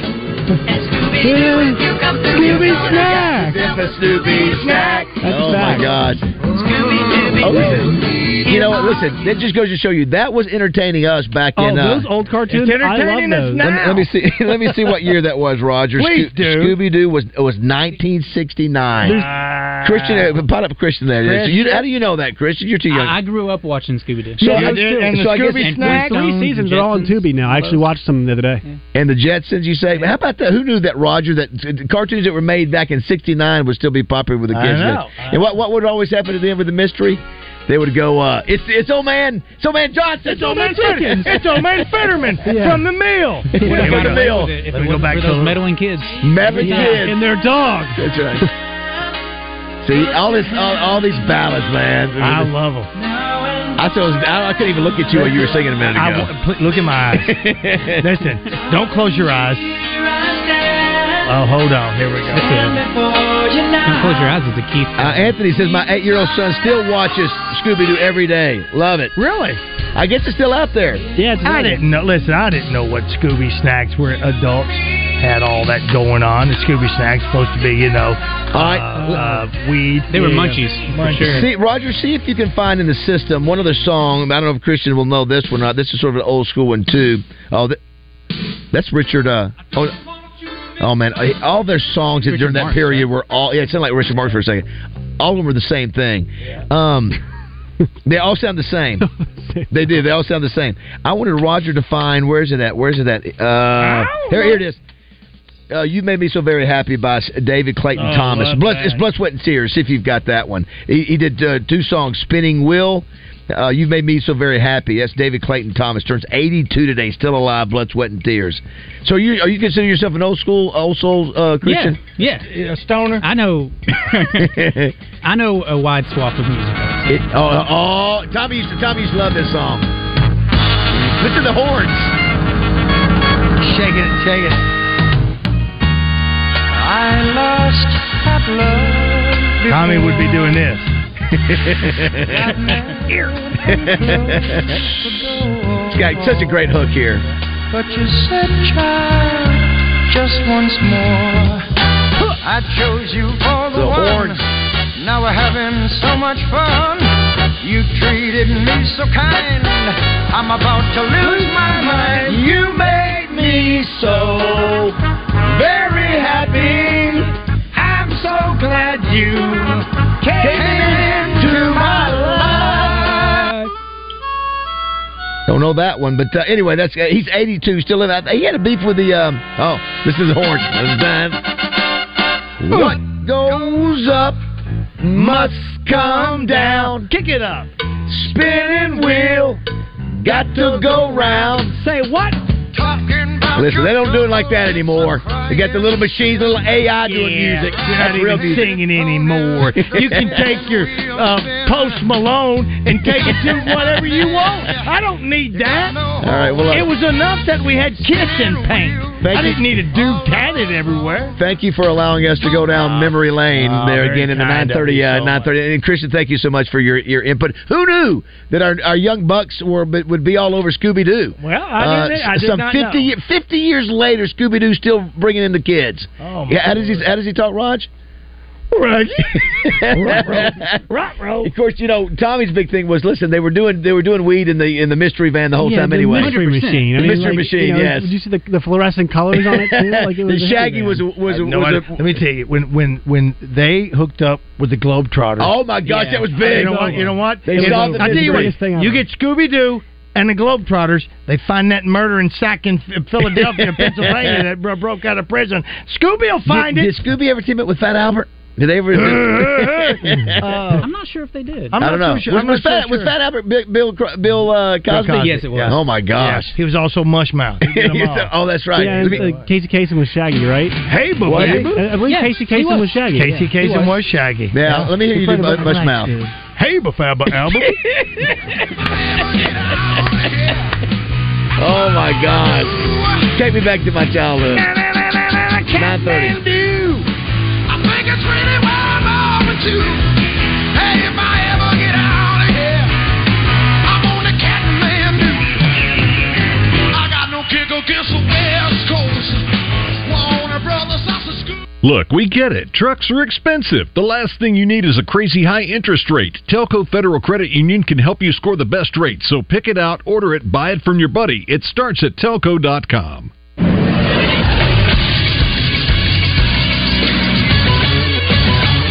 Speaker 7: Scooby snack. a Snoopy snack.
Speaker 4: oh my God. Oh, listen. You know what? Listen, that just goes to show you that was entertaining us back
Speaker 6: Oh,
Speaker 4: in. Uh,
Speaker 6: those old cartoons.
Speaker 4: It's
Speaker 6: I love
Speaker 4: entertaining us
Speaker 6: those.
Speaker 4: Let me- let me see. Let me see what year that was, Roger.
Speaker 6: Please do.
Speaker 4: Scooby Doo was was 1969.
Speaker 6: Ah.
Speaker 4: Christian, uh, pot up Christian. That is. You, how do you know that, Christian? You're too young.
Speaker 8: I, I grew up watching Scooby Doo.
Speaker 4: So I- so I guess-
Speaker 6: Three seasons are all on Tubi now. I actually watched some the other day.
Speaker 4: And the Jetsons, you say? How about that? Who knew that Roger, that uh, cartoons that were made back in '69 would still be popular with the
Speaker 8: I
Speaker 4: kids?
Speaker 8: know.
Speaker 4: then? And what what would always happen to them with the mystery? They would go, uh, "It's it's old man, it's old man Johnson, it's old man Johnson,
Speaker 5: It's old man Fetterman from the mill.
Speaker 4: Yeah, we got mail.
Speaker 8: If it wasn't for those meddling kids.
Speaker 4: Meddling
Speaker 8: Yeah.
Speaker 4: kids.
Speaker 8: And
Speaker 4: their dog. That's right. See all this, all, all these ballads, man. I
Speaker 5: love them.
Speaker 4: I suppose I, I couldn't even look at you while you were singing a minute
Speaker 5: I
Speaker 4: ago.
Speaker 5: w- pl- look at my eyes. Listen, don't close your eyes.
Speaker 4: Uh,
Speaker 5: Oh, hold on. Here we go.
Speaker 4: Close your eyes is the key. Uh, Anthony says my eight-year-old son still watches Scooby Doo every day. Love it.
Speaker 5: Really?
Speaker 4: I guess it's still out there.
Speaker 6: Yeah,
Speaker 5: I didn't know. Listen, I didn't know what Scooby snacks were. Adults had all that going on. The Scooby snacks supposed to be, you know, uh, uh, weed. Yeah.
Speaker 4: See, Roger, see if you can find in the system one other song. I don't know if Christian will know this one or not. This is sort of an old school one too. Oh, th- that's Richard. Uh, oh, oh man, I- all their songs during that
Speaker 8: Marx,
Speaker 4: period were all. Yeah, it sounded like Richard Marx for a second. All of them were the same thing. Um, they all sound the same. they do. They all sound the same. I wanted Roger to find where's it at? Where's it at? Uh, here, here it is. Uh, you made me so very happy by S- David Clayton
Speaker 8: Oh,
Speaker 4: Thomas.
Speaker 8: love
Speaker 4: Blood,
Speaker 8: that.
Speaker 4: it's blood, sweat, and tears. See if you've got that one. He, he did uh, two songs, "Spinning Wheel." Uh, you've made me so very happy. That's David Clayton Thomas. Turns 82 today, still alive. Blood, sweat, and tears. So, you are you consider yourself an old school, old soul uh, Christian?
Speaker 8: Yeah,
Speaker 5: yeah. A stoner.
Speaker 8: I know. I know a wide swath of music.
Speaker 4: It, oh, oh, Tommy used to Tommy used to love this song. Listen to the horns. Shake it, shake it.
Speaker 7: I lost that love.
Speaker 5: Tommy would be doing this.
Speaker 7: Here.
Speaker 4: It's got such a great hook here.
Speaker 7: But you said, child, just once more. I chose you for the,
Speaker 4: The
Speaker 7: one.
Speaker 4: horns.
Speaker 7: Now we're having so much fun. You treated me so kind. I'm about to lose my mind. You made me so very happy. I'm so glad you came into my life.
Speaker 4: Don't know that one, but uh, anyway, that's uh, he's 82, still living. out- He had a beef with the. Um, oh, this is the horn. What goes up must come down.
Speaker 5: Kick it up.
Speaker 4: Spinning wheel got to go round.
Speaker 6: Say what?
Speaker 7: Talking about
Speaker 4: Listen, they don't do it like that anymore. They got the little machines, little AI doing
Speaker 5: Yeah,
Speaker 4: music.
Speaker 5: You're not
Speaker 4: That's real
Speaker 5: even
Speaker 4: music.
Speaker 5: singing anymore. You can take your uh, Post Malone and take it to whatever you want. I don't need that. All
Speaker 4: right, well, uh,
Speaker 5: it was enough that we had Kiss and Paint.
Speaker 4: Thank
Speaker 5: I
Speaker 4: you.
Speaker 5: didn't need a dude tatted everywhere.
Speaker 4: Thank you for allowing us to
Speaker 5: Oh,
Speaker 4: go down memory lane there again in the
Speaker 5: kind of
Speaker 4: 930.
Speaker 5: you
Speaker 4: Uh,
Speaker 5: so
Speaker 4: 930. And Christian, thank you so much for your, your input. Who knew that our, our young bucks were but would be all over Scooby Doo?
Speaker 5: Well, I didn't- I did
Speaker 4: some
Speaker 5: not
Speaker 4: 50,
Speaker 5: know.
Speaker 4: ye- 50 years later, Scooby Doo's still bringing in the kids.
Speaker 5: Oh, my
Speaker 4: yeah, how does he how does he talk, Raj? Raj. Of course, you know Tommy's big thing was listen. They were doing they were doing weed in the in the mystery van the whole time anyway.
Speaker 6: mystery machine. I
Speaker 4: The
Speaker 6: mean,
Speaker 4: mystery
Speaker 6: like,
Speaker 4: machine.
Speaker 6: you know,
Speaker 4: yes.
Speaker 6: Did you see the, the fluorescent colors on it too? Like it was a
Speaker 4: the
Speaker 6: hippie
Speaker 4: Shaggy
Speaker 6: band.
Speaker 4: was a- was a-
Speaker 5: No,
Speaker 4: was
Speaker 5: I-
Speaker 4: a
Speaker 5: let me tell you, when when when they hooked up with the Globetrotters.
Speaker 4: Oh my gosh, that was big.
Speaker 5: You know what? You know what?
Speaker 4: They
Speaker 5: It
Speaker 4: saw
Speaker 5: was-
Speaker 4: the
Speaker 5: I tell you
Speaker 4: greatest thing
Speaker 5: what,
Speaker 4: ever.
Speaker 5: you get Scooby Doo and the Globetrotters. They find that murder and sack in F- Philadelphia, Pennsylvania, that bro- broke out of prison. Scooby will find
Speaker 4: did,
Speaker 5: it.
Speaker 4: Did Scooby ever team up with Fat Albert? Did they ever?
Speaker 8: Oh, I'm not sure if they did.
Speaker 4: I don't know. Was, was Fat, was Fat Albert Bi- Bill Cro- Bill uh, Cosby?
Speaker 8: Yes, it was.
Speaker 4: Oh my gosh.
Speaker 5: He was also Mushmouth. He did 'em
Speaker 4: Yes,
Speaker 5: all.
Speaker 4: oh, that's right.
Speaker 6: Yeah,
Speaker 4: Look
Speaker 6: and,
Speaker 4: at-
Speaker 6: uh, Casey Kasem was Shaggy, right?
Speaker 5: Hey, boo.
Speaker 6: I,
Speaker 5: Hey, boo.
Speaker 6: I believe
Speaker 5: Yeah,
Speaker 6: Casey
Speaker 5: he
Speaker 6: Kasem was.
Speaker 5: was.
Speaker 6: Shaggy.
Speaker 5: Casey
Speaker 6: yeah.
Speaker 5: Kasem was Shaggy.
Speaker 4: Yeah, let me hear you do
Speaker 6: Afraid
Speaker 4: much,
Speaker 6: of a black
Speaker 4: mouth.
Speaker 6: dude.
Speaker 5: Hey, Bafaba Albert.
Speaker 4: Oh my gosh. Take me back to my childhood. 9:30.
Speaker 7: Hey, if I ever get out of here, I'm on a Catman
Speaker 9: Look, we get it. Trucks are expensive. The last thing you need is a crazy high interest rate. Telco Federal Credit Union can help you score the best rate, so pick it out, order it, buy it from your buddy. It starts at telco.com.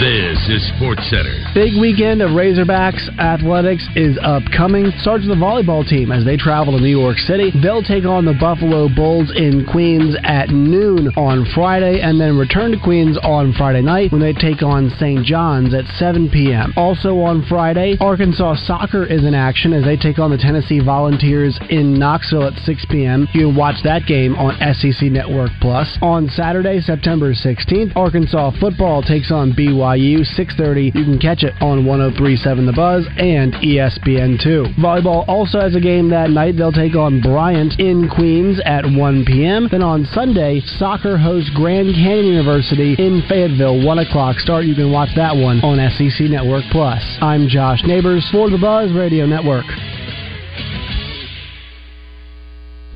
Speaker 10: This is Sports Center.
Speaker 6: Big weekend of Razorbacks athletics is upcoming. Starts with the volleyball team as they travel to New York City. They'll take on the Buffalo Bulls in Queens at noon on Friday and then return to Queens on Friday night when they take on St. John's at 7 p.m. Also on Friday, Arkansas soccer is in action as they take on the Tennessee Volunteers in Knoxville at 6 p.m. You can watch that game on SEC Network Plus. On Saturday, September 16th, Arkansas football takes on BYU 6:30. You can catch it on 103.7 The Buzz and E ESPN2. Volleyball also has a game that night. They'll take on Bryant in Queens at 1 p.m. Then on Sunday, soccer hosts Grand Canyon University in Fayetteville, 1 o'clock start. You can watch that one on SEC Network Plus. I'm Josh Neighbors for the Buzz Radio Network.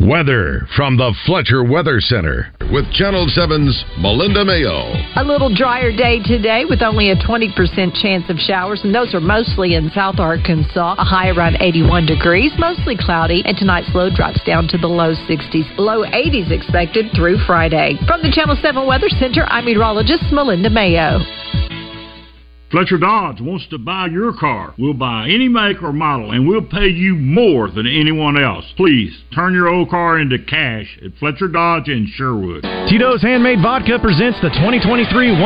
Speaker 11: Weather from the Fletcher Weather Center with Channel 7's Melinda Mayo.
Speaker 12: A little drier day today with only a 20% chance of showers, and those are mostly in South Arkansas. A high around 81 degrees, mostly cloudy, and tonight's low drops down to the low 60s. Low 80s expected through Friday. From the Channel 7 Weather Center, I'm meteorologist Melinda Mayo.
Speaker 13: Fletcher Dodge wants to buy your car. We'll buy any make or model and we'll pay you more than anyone else. Please turn your old car into cash at Fletcher Dodge in Sherwood.
Speaker 8: Tito's Handmade Vodka presents the 2023 1037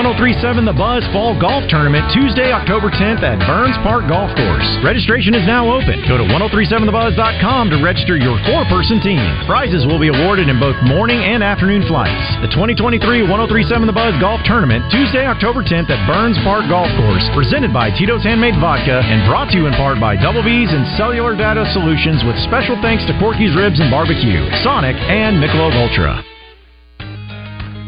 Speaker 8: The Buzz Fall Golf Tournament Tuesday, October 10th at Burns Park Golf Course. Registration is now open. Go to 1037thebuzz.com to register your four person team. Prizes will be awarded in both morning and afternoon flights. The 2023 1037 The Buzz Golf Tournament Tuesday, October 10th at Burns Park Golf Course. Presented by Tito's Handmade Vodka and brought to you in part by Double B's and Cellular Data Solutions with special thanks to Corky's Ribs and Barbecue, Sonic, and Michelob Ultra.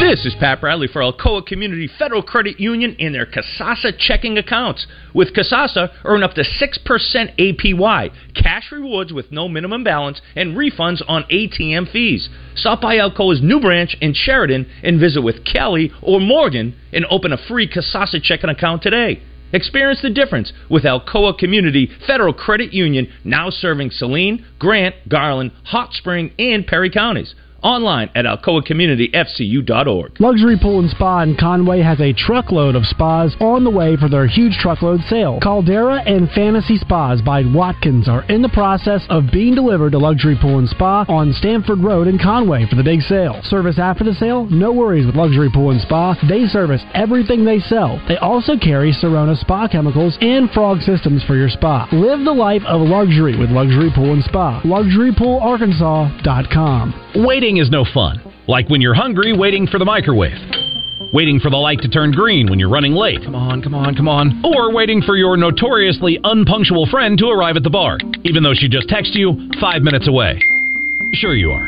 Speaker 14: This is Pat Bradley for Alcoa Community Federal Credit Union and their Casasa checking accounts. With Casasa, earn up to 6% APY, cash rewards with no minimum balance, and refunds on ATM fees. Stop by Alcoa's new branch in Sheridan and visit with Kelly or Morgan and open a free Casasa checking account today. Experience the difference with Alcoa Community Federal Credit Union, now serving Saline, Grant, Garland, Hot Spring, and Perry counties. Online at alcoacommunityfcu.org.
Speaker 6: Luxury Pool and Spa in Conway has a truckload of spas on the way for their huge truckload sale. Caldera and Fantasy Spas by Watkins are in the process of being delivered to Luxury Pool and Spa on Stanford Road in Conway for the big sale. Service after the sale? No worries with Luxury Pool and Spa. They service everything they sell. They also carry Serona Spa chemicals and frog systems for your spa. Live the life of luxury with Luxury Pool and Spa. LuxuryPoolArkansas.com.
Speaker 15: Waiting is no fun. Like when you're hungry, waiting for the microwave. Waiting for the light to turn green when you're running late. Come on, come on, come on. Or waiting for your notoriously unpunctual friend to arrive at the bar, even though she just texted you five minutes away. Sure you are.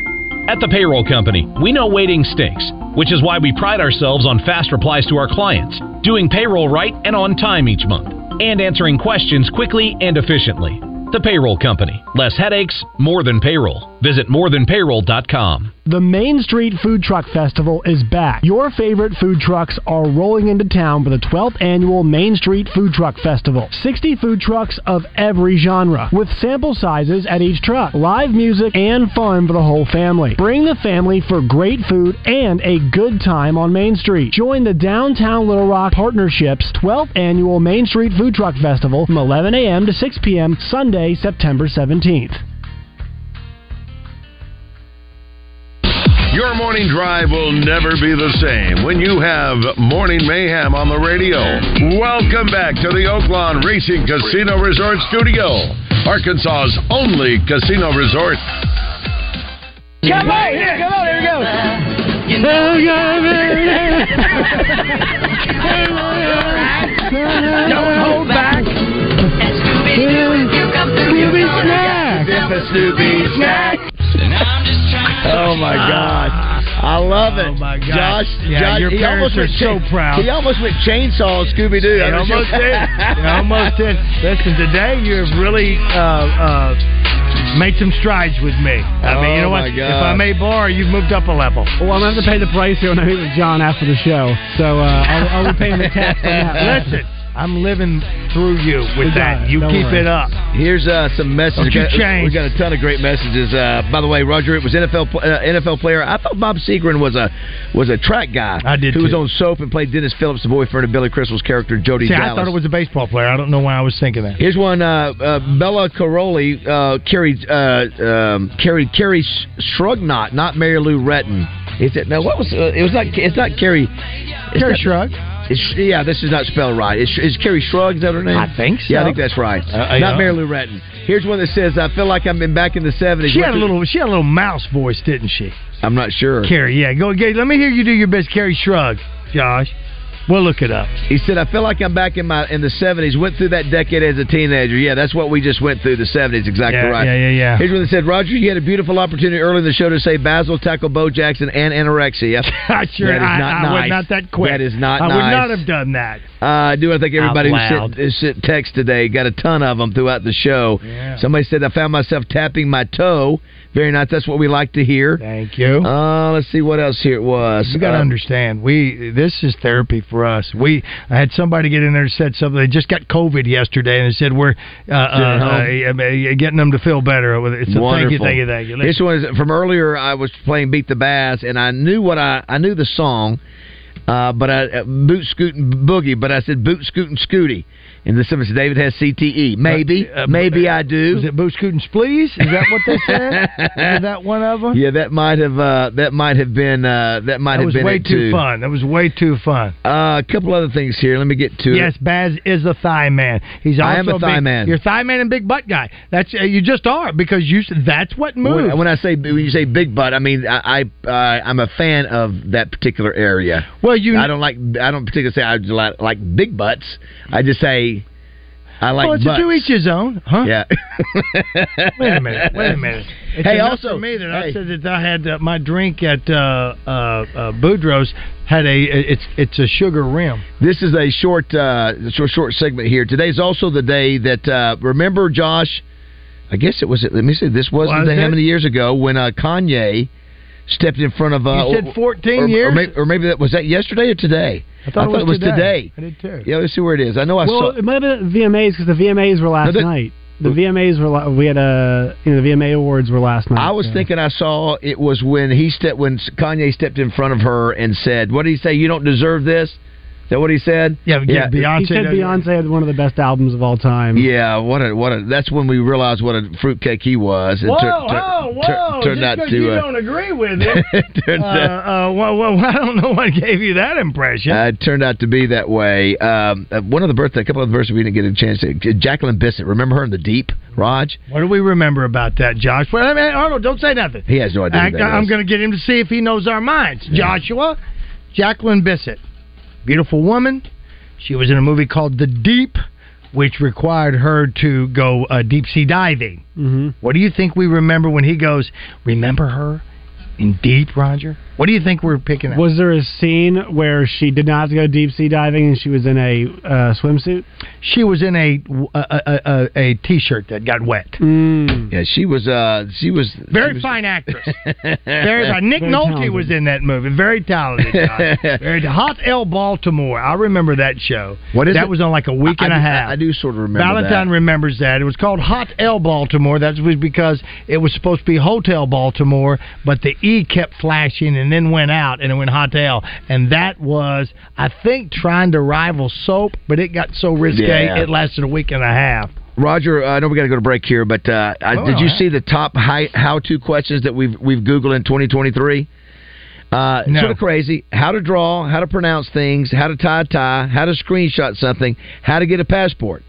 Speaker 15: At the payroll company, we know waiting stinks, which is why we pride ourselves on fast replies to our clients, doing payroll right and on time each month, and answering questions quickly and efficiently. The payroll company. Less headaches, more than payroll. Visit morethanpayroll.com.
Speaker 6: The Main Street Food Truck Festival is back. Your favorite food trucks are rolling into town for the 12th annual Main Street Food Truck Festival. 60 food trucks of every genre, with sample sizes at each truck, live music, and fun for the whole family. Bring the family for great food and a good time on Main Street. Join the Downtown Little Rock Partnership's 12th annual Main Street Food Truck Festival from 11 a.m. to 6 p.m. Sunday, September 17th.
Speaker 11: Your morning drive will never be the same when you have Morning Mayhem on the radio. Welcome back to the Oaklawn Racing Casino Resort Studio, Arkansas's only casino resort.
Speaker 7: Come on, here, come on, here we go. chicken. Don't hold back. Snoopy snack. Dip a Snoopy snack.
Speaker 4: Oh my God. I love it. Oh my God. Josh,
Speaker 7: Yeah,
Speaker 4: Josh
Speaker 7: your
Speaker 4: he
Speaker 7: parents
Speaker 4: almost
Speaker 7: are
Speaker 4: went
Speaker 7: so
Speaker 4: chain-
Speaker 5: proud.
Speaker 4: He almost went chainsaw Scooby Doo.
Speaker 5: You almost did. You almost did. Listen, today you have really uh, uh, made some strides with me. I mean,
Speaker 6: Oh,
Speaker 5: you know what?
Speaker 6: my
Speaker 5: If I
Speaker 6: God.
Speaker 5: may borrow, you've moved up a level.
Speaker 6: Well, Oh, I'm going to have to pay the price here when I meet with John after the show. So uh, I'll, I'll be paying the tax on that.
Speaker 5: Listen, I'm living through you with that. You keep it up.
Speaker 4: Here's uh, some messages.
Speaker 5: Don't you
Speaker 4: We got-
Speaker 5: change.
Speaker 4: We got a ton of great messages. Uh, by the way, Roger, it was NFL pl- uh, NFL player. I thought Bob Segrin was a was a track guy. I did. Who was on Soap and played Dennis Phillips, the boyfriend of Billy Crystal's character Jody
Speaker 5: See,
Speaker 4: Dallas.
Speaker 5: I thought it was a baseball player. I don't know why I was thinking that.
Speaker 4: Here's one. Uh, uh, Bella Caroli uh, carried uh, um, carried Carrie Sh- Shrugnot, not Mary Lou Retton. Is it? No, what was? Uh, it was not. It's not Carrie. Carrie Shrug. It's, yeah, this is not spelled right. It's, is Carrie Shrug? Is that her name?
Speaker 5: I think so.
Speaker 4: Yeah, I think that's right.
Speaker 5: Uh,
Speaker 4: not
Speaker 5: yeah.
Speaker 4: Mary Lou Retton. Here's one that says, "I feel like I've been back in the '70s."
Speaker 5: She
Speaker 4: Went
Speaker 5: had a
Speaker 4: to-
Speaker 5: little. She had a little mouse voice, didn't she?
Speaker 4: I'm not sure.
Speaker 5: Carrie, yeah. Go again. Let me hear you do your best, Carrie Shrug, Uh, Josh. We'll look it up.
Speaker 4: He said, "I feel like I'm back in my in the '70s. Went through that decade as a teenager. Yeah, that's what we just went through. The '70s, exactly
Speaker 5: Yeah,
Speaker 4: right.
Speaker 5: yeah, yeah, yeah.
Speaker 4: Here's what they said, Roger. You had a beautiful opportunity early in the show to say Basil tackle Bo Jackson and anorexia.
Speaker 5: I sure.
Speaker 4: That is
Speaker 5: I,
Speaker 4: not
Speaker 5: I
Speaker 4: nice.
Speaker 5: would not that quick.
Speaker 4: That is not
Speaker 5: I
Speaker 4: nice.
Speaker 5: would not have done that.
Speaker 4: Uh, I do want to thank everybody
Speaker 5: Out
Speaker 4: who
Speaker 5: loud.
Speaker 4: sent, who sent text today. Got a ton of them throughout the show. Somebody said, I found myself tapping my toe. Very nice. That's what we like to hear.
Speaker 5: Thank you.
Speaker 4: Uh, let's see what else here it was.
Speaker 5: You got to
Speaker 4: Um,
Speaker 5: understand, we this is therapy for us. We I had somebody get in there and said something. They just got COVID yesterday, and they said we're uh, uh,
Speaker 4: Getting
Speaker 5: uh, getting them to feel better. with it. So thank you,
Speaker 4: Wonderful.
Speaker 5: thank you, thank you.
Speaker 4: This one is from earlier. I was playing "Beat the Bass" and I knew what I I knew the song, uh, but I uh, boot scootin' boogie. But I said boot scootin' scooty, and this one said David has CTE. Maybe,
Speaker 5: Uh,
Speaker 4: maybe I do. Is
Speaker 5: it boot scootin' please? Is that what they said? Is that one of them?
Speaker 4: Yeah, that might have uh, that might have been uh, that might
Speaker 5: that
Speaker 4: have
Speaker 5: was
Speaker 4: been
Speaker 5: way
Speaker 4: it, too
Speaker 5: too fun. That was way too fun.
Speaker 4: Uh, a couple other things here. Let me get to
Speaker 5: yes,
Speaker 4: it.
Speaker 5: Baz is a thigh man. He's also
Speaker 4: I am a thigh
Speaker 5: big-
Speaker 4: man.
Speaker 5: You're a thigh man and big butt guy. That's uh, you just are because you that's what moves.
Speaker 4: When, when I say when you say big butt, I mean I, I uh, I'm a fan of that particular area.
Speaker 5: Well, you
Speaker 4: I don't like I don't particularly say I like, like big butts. I just say I like
Speaker 5: well, Oh, it's
Speaker 4: butts.
Speaker 5: a to each his own, huh?
Speaker 4: Yeah.
Speaker 5: wait a minute. Wait a minute. It's
Speaker 4: hey,
Speaker 5: enough
Speaker 4: also
Speaker 5: for me that I
Speaker 4: hey.
Speaker 5: said that I had uh, my drink at uh, uh, uh, Boudreaux's had a it's it's a sugar rim.
Speaker 4: This is a short, uh, short, short segment here. Today's also the day that uh, remember Josh. I guess it was. Let me see. This was,
Speaker 5: Was
Speaker 4: the day how
Speaker 5: it?
Speaker 4: many years ago when uh, Kanye stepped in front of. Uh,
Speaker 5: You said 14
Speaker 4: or,
Speaker 5: years?
Speaker 4: or maybe, or maybe that was that yesterday or today. I
Speaker 6: thought it was
Speaker 4: today.
Speaker 6: today. I did too.
Speaker 4: Yeah, let's see where it is. I know I
Speaker 6: well,
Speaker 4: saw.
Speaker 6: it might have been VMAs because the VMAs were last
Speaker 4: No, that-
Speaker 6: night. The VMAs were la- we had a you know the VMA awards were last night.
Speaker 4: I was thinking I saw it was when he stepped when Kanye stepped in front of her and said, "What did he say? You don't deserve this." Is that what he said?
Speaker 6: He said Beyonce had one of the best albums of all time.
Speaker 4: Yeah, what a what a. That's when we realized what a fruitcake he was. It
Speaker 5: Whoa,
Speaker 4: tur- tur-
Speaker 5: oh,
Speaker 4: tur-
Speaker 5: whoa!
Speaker 4: turned
Speaker 5: just
Speaker 4: out
Speaker 5: 'cause
Speaker 4: to,
Speaker 5: you
Speaker 4: uh,
Speaker 5: don't agree with it.
Speaker 4: turned
Speaker 5: uh,
Speaker 4: out-
Speaker 5: uh, well, well, I don't know what gave you that impression.
Speaker 4: Uh, it turned out to be that way. Um, uh, one of the birthday, a couple of the birthdays we didn't get a chance to. uh, Jacqueline Bissett, remember her in The Deep, Raj?
Speaker 5: what do we remember about that, Josh? Well, I mean, Arnold, don't say nothing.
Speaker 4: He has no idea.
Speaker 5: I,
Speaker 4: who that
Speaker 5: I'm
Speaker 4: is.
Speaker 5: going to get him to see if he knows our minds. Joshua, Jacqueline Bissett, beautiful woman. She was in a movie called The Deep, which required her to go uh, deep sea diving.
Speaker 6: Mm-hmm.
Speaker 5: What do you think we remember when he goes, Remember her in Deep, Roger? What do you think we're picking up?
Speaker 6: Was there a scene where she did not have to go deep sea diving and she was in a uh, swimsuit?
Speaker 5: She was in a a, a, a, a t-shirt that got wet.
Speaker 6: Mm.
Speaker 4: Yeah, she was. Uh, she was
Speaker 5: Very fine actress. Very fine. Nick
Speaker 4: Very
Speaker 5: Nolte
Speaker 4: talented.
Speaker 5: was in that movie. Very talented. guy. Very Hot L Baltimore. I remember that show.
Speaker 4: What is
Speaker 5: that
Speaker 4: it?
Speaker 5: was on like a week
Speaker 4: I-
Speaker 5: and
Speaker 4: I
Speaker 5: a
Speaker 4: do-
Speaker 5: half.
Speaker 4: I do sort of remember
Speaker 5: Valentine remembers that. It was called Hot L Baltimore. That was because it was supposed to be Hotel Baltimore, but the E kept flashing and then went out and it went Hot L. And that was, I think, trying to rival soap, but it got so risque
Speaker 4: Yeah.
Speaker 5: it lasted a week and a half.
Speaker 4: Roger, uh, I know we got to go to break here, but uh, I,
Speaker 5: Oh,
Speaker 4: did you
Speaker 5: all right.
Speaker 4: see the top hi- how-to questions that we've we've Googled in 2023? Uh,
Speaker 5: No.
Speaker 4: Sort of crazy. How to draw, how to pronounce things, how to tie a tie, how to screenshot something, how to get a passport.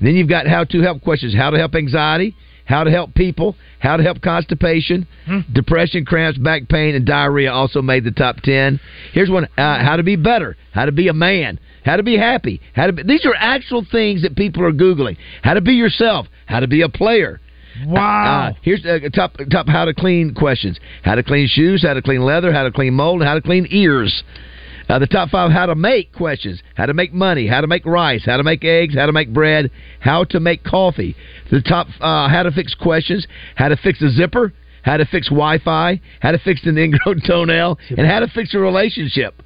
Speaker 4: Then you've got how-to help questions: how to help anxiety, how to help people, how to help constipation, depression, cramps, back pain, and diarrhea also made the top 10. Here's one uh, how to be better, how to be a man, how to be happy. How to be, these are actual things that people are Googling. How to be yourself, how to be a player.
Speaker 1: Wow.
Speaker 4: Uh, here's uh, top top how to clean questions: how to clean shoes, how to clean leather, how to clean mold, and how to clean ears. Uh, the top five how to make questions: how to make money, how to make rice, how to make eggs, how to make bread, how to make coffee. The top uh, how to fix questions: how to fix a zipper, how to fix Wi-Fi, how to fix an ingrown toenail, and how to fix a relationship.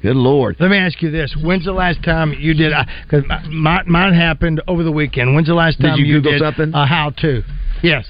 Speaker 4: Good lord.
Speaker 5: Let me ask you this: When's the last time you did? uh, Because mine, mine happened over the weekend. When's the last
Speaker 4: Did
Speaker 5: time
Speaker 4: you Google
Speaker 5: did
Speaker 4: something?
Speaker 5: A how-to? Yes.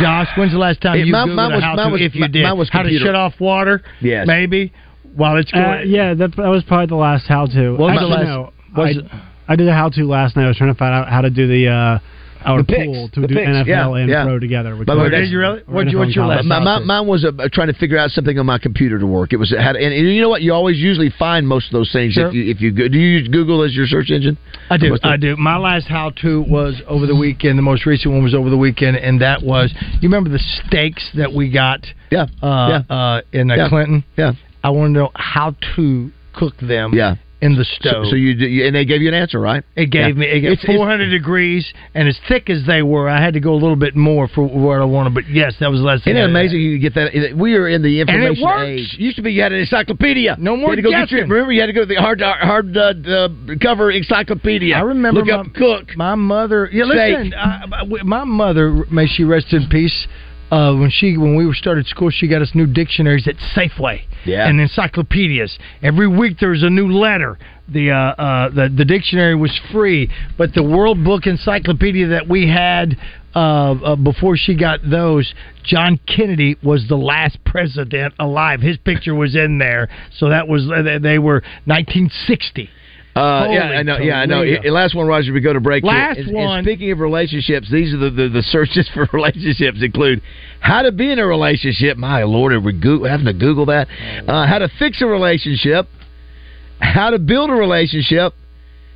Speaker 5: Josh, when's the last time
Speaker 4: It-
Speaker 5: you
Speaker 4: mine-
Speaker 5: Googled
Speaker 4: mine
Speaker 5: a
Speaker 4: was-
Speaker 5: how-to?
Speaker 4: mine was-
Speaker 5: if you
Speaker 4: mine-
Speaker 5: did,
Speaker 4: mine was
Speaker 5: how to
Speaker 4: computer.
Speaker 5: shut off water?
Speaker 4: Yes.
Speaker 5: Maybe while it's going.
Speaker 6: Uh, yeah, that, that was probably the last how to.
Speaker 5: What was the last-
Speaker 6: No,
Speaker 5: what was
Speaker 6: I, I did a how to last night. I was trying to find out how to do the uh, our
Speaker 4: Oh, The picks,
Speaker 6: pool to
Speaker 4: the
Speaker 6: do
Speaker 4: picks,
Speaker 6: NFL
Speaker 4: yeah,
Speaker 6: and
Speaker 4: yeah.
Speaker 6: pro together. which
Speaker 4: By the way,
Speaker 6: was-
Speaker 4: that's-
Speaker 6: or NFL college.
Speaker 4: My- my- mine was uh, trying to figure out something on my computer to work. It was how to, and you know what? You always usually find most of those things
Speaker 5: Sure.
Speaker 4: if you if you go, do you use Google as your search engine?
Speaker 5: I do.
Speaker 4: What's the-
Speaker 5: I do. My last how to was over the weekend. The most recent one was over the weekend, and that was you remember the steaks that we got?
Speaker 4: Yeah.
Speaker 5: Uh, Uh, in uh,
Speaker 4: Yeah.
Speaker 5: Clinton.
Speaker 4: Yeah.
Speaker 5: I want to know how to cook them.
Speaker 4: Yeah.
Speaker 5: In the
Speaker 4: So-
Speaker 5: stove.
Speaker 4: So, you, do- you and they gave you an answer, right?
Speaker 5: It gave me it gave 400 degrees and as thick as they were, I had to go a little bit more for what I wanted. But yes, that was the last. thing
Speaker 4: Isn't it
Speaker 5: I did.
Speaker 4: amazing you get that? We are in the
Speaker 5: And it
Speaker 4: information
Speaker 5: works.
Speaker 4: age. Used to be you had an encyclopedia. No You
Speaker 5: more
Speaker 4: had to go get your,
Speaker 5: guessing.
Speaker 4: remember, you had to go to the hard hard uh, uh, cover encyclopedia. I
Speaker 5: remember
Speaker 4: Look
Speaker 5: my,
Speaker 4: up cook.
Speaker 5: My mother. Yeah,
Speaker 4: Steak.
Speaker 5: listen. I, I- my mother, may she rest in peace. Uh, when she when we started school, she got us new dictionaries at Safeway
Speaker 4: Yeah.
Speaker 5: and encyclopedias. Every week there was a new letter. The uh, uh, the the dictionary was free, but the World Book Encyclopedia that we had uh, uh, before she got those, John Kennedy was the last president alive. His picture was in there, so that was uh, they- they were 1960.
Speaker 4: Uh,
Speaker 5: Holy
Speaker 4: yeah, I know. Yeah, I know.
Speaker 5: Toledo.
Speaker 4: Yeah, Last one, Roger. We go to break. here.
Speaker 5: Last
Speaker 4: And- and
Speaker 5: one.
Speaker 4: speaking of relationships, these are the, the, the searches for relationships include how to be in a relationship. My lord, are we go- having to Google that? Uh, how to fix a relationship, how to build a relationship,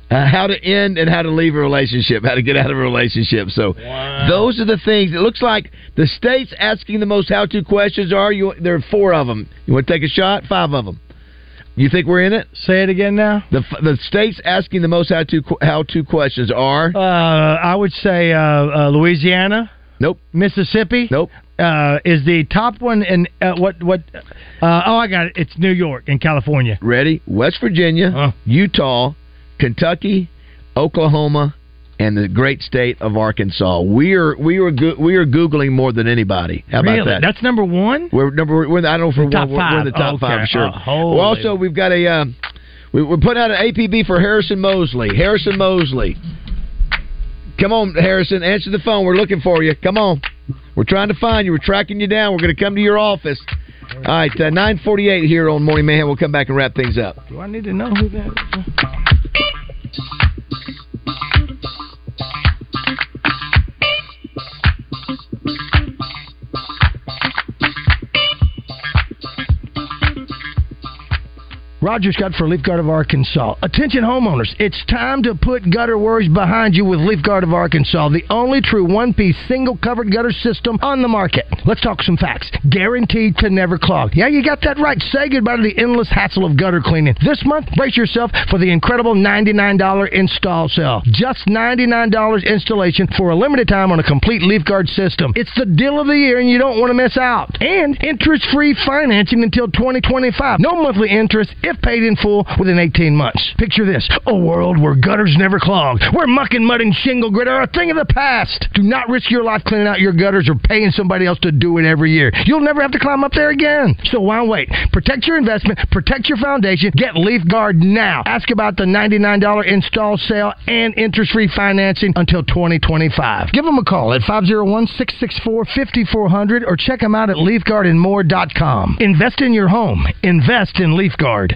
Speaker 4: uh, how to end and how to leave a relationship, how to get out of a relationship. So those are the things. It looks like the states asking the most how-to questions are. You there are four of them. You want to take a shot? Five of them. You think we're in it?
Speaker 5: Say it again now.
Speaker 4: The f- the states asking the most how to how to questions are
Speaker 5: Uh, I would say uh, uh, Louisiana.
Speaker 4: Nope.
Speaker 5: Mississippi.
Speaker 4: Nope.
Speaker 5: Uh, is the top one in uh, what what? Uh, oh, I got it. It's New York and California.
Speaker 4: ready West Virginia,
Speaker 5: Uh-huh.
Speaker 4: Utah, Kentucky, Oklahoma, and the great state of Arkansas. We are we are go- we are googling more than anybody. How
Speaker 5: really?
Speaker 4: about that?
Speaker 5: That's number one.
Speaker 4: We're number. We're, I don't know if we're,
Speaker 5: top
Speaker 4: we're, we're in the
Speaker 5: five.
Speaker 4: top
Speaker 5: Okay.
Speaker 4: five. Sure.
Speaker 5: Uh, holy-
Speaker 4: Well, also, we've got a. Um, we, we're putting out an APB for Harrison Mosley. Harrison Mosley. Come on, Harrison. Answer the phone. We're looking for you. Come on. We're trying to find you. We're tracking you down. We're going to come to your office. All right, uh, 948 here on Morning Mayhem. We'll come back and wrap things up.
Speaker 5: Do I need to know who that? Is? Roger Scott for Leaf Guard of Arkansas. Attention homeowners, it's time to put gutter worries behind you with Leaf Guard of Arkansas, the only true one piece single covered gutter system on the market. Let's talk some facts. Guaranteed to never clog. Yeah, you got that right. Say goodbye to the endless hassle of gutter cleaning. This month, brace yourself for the incredible $99 install sale. Just $99 installation for a limited time on a complete Leaf Guard system. It's the deal of the year and you don't want to miss out. And interest free financing until 2025. No monthly interest if paid in full within 18 months. Picture this a world where gutters never clog, where muck and mud and shingle grit are a thing of the past. Do not risk your life cleaning out your gutters or paying somebody else to do it every year. You'll never have to climb up there again. So why wait? Protect your investment, protect your foundation, get Leaf Guard now. Ask about the $99 install sale and interest free financing until 2025. Give them a call at 501 664 5400 or check them out at leafguardandmore.com. Invest in your home, invest in Leaf Guard.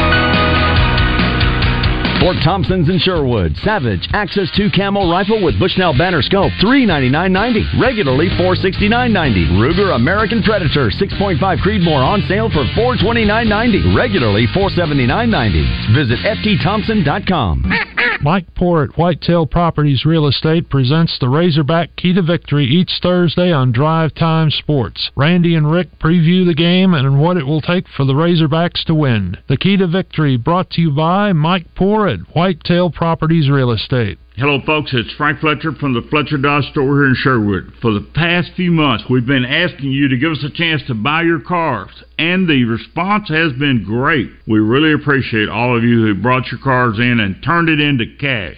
Speaker 16: Fort Thompson's in Sherwood. Savage Access 2 Camel Rifle with Bushnell Banner Scope, $399.90. Regularly $469.90. Ruger American Predator 6.5 Creedmoor on sale for $429.90. Regularly $479.90. Visit ftthompson.com.
Speaker 17: Mike Poor at Whitetail Properties Real Estate presents the Razorback Key to Victory each Thursday on Drive Time Sports. Randy and Rick preview the game and what it will take for the Razorbacks to win. The Key to Victory brought to you by Mike Poor at Whitetail Properties Real Estate.
Speaker 13: Hello, folks. It's Frank Fletcher from the Fletcher Dodge store here in Sherwood. For the past few months, we've been asking you to give us a chance to buy your cars, and the response has been great. We really appreciate all of you who brought your cars in and turned it into cash.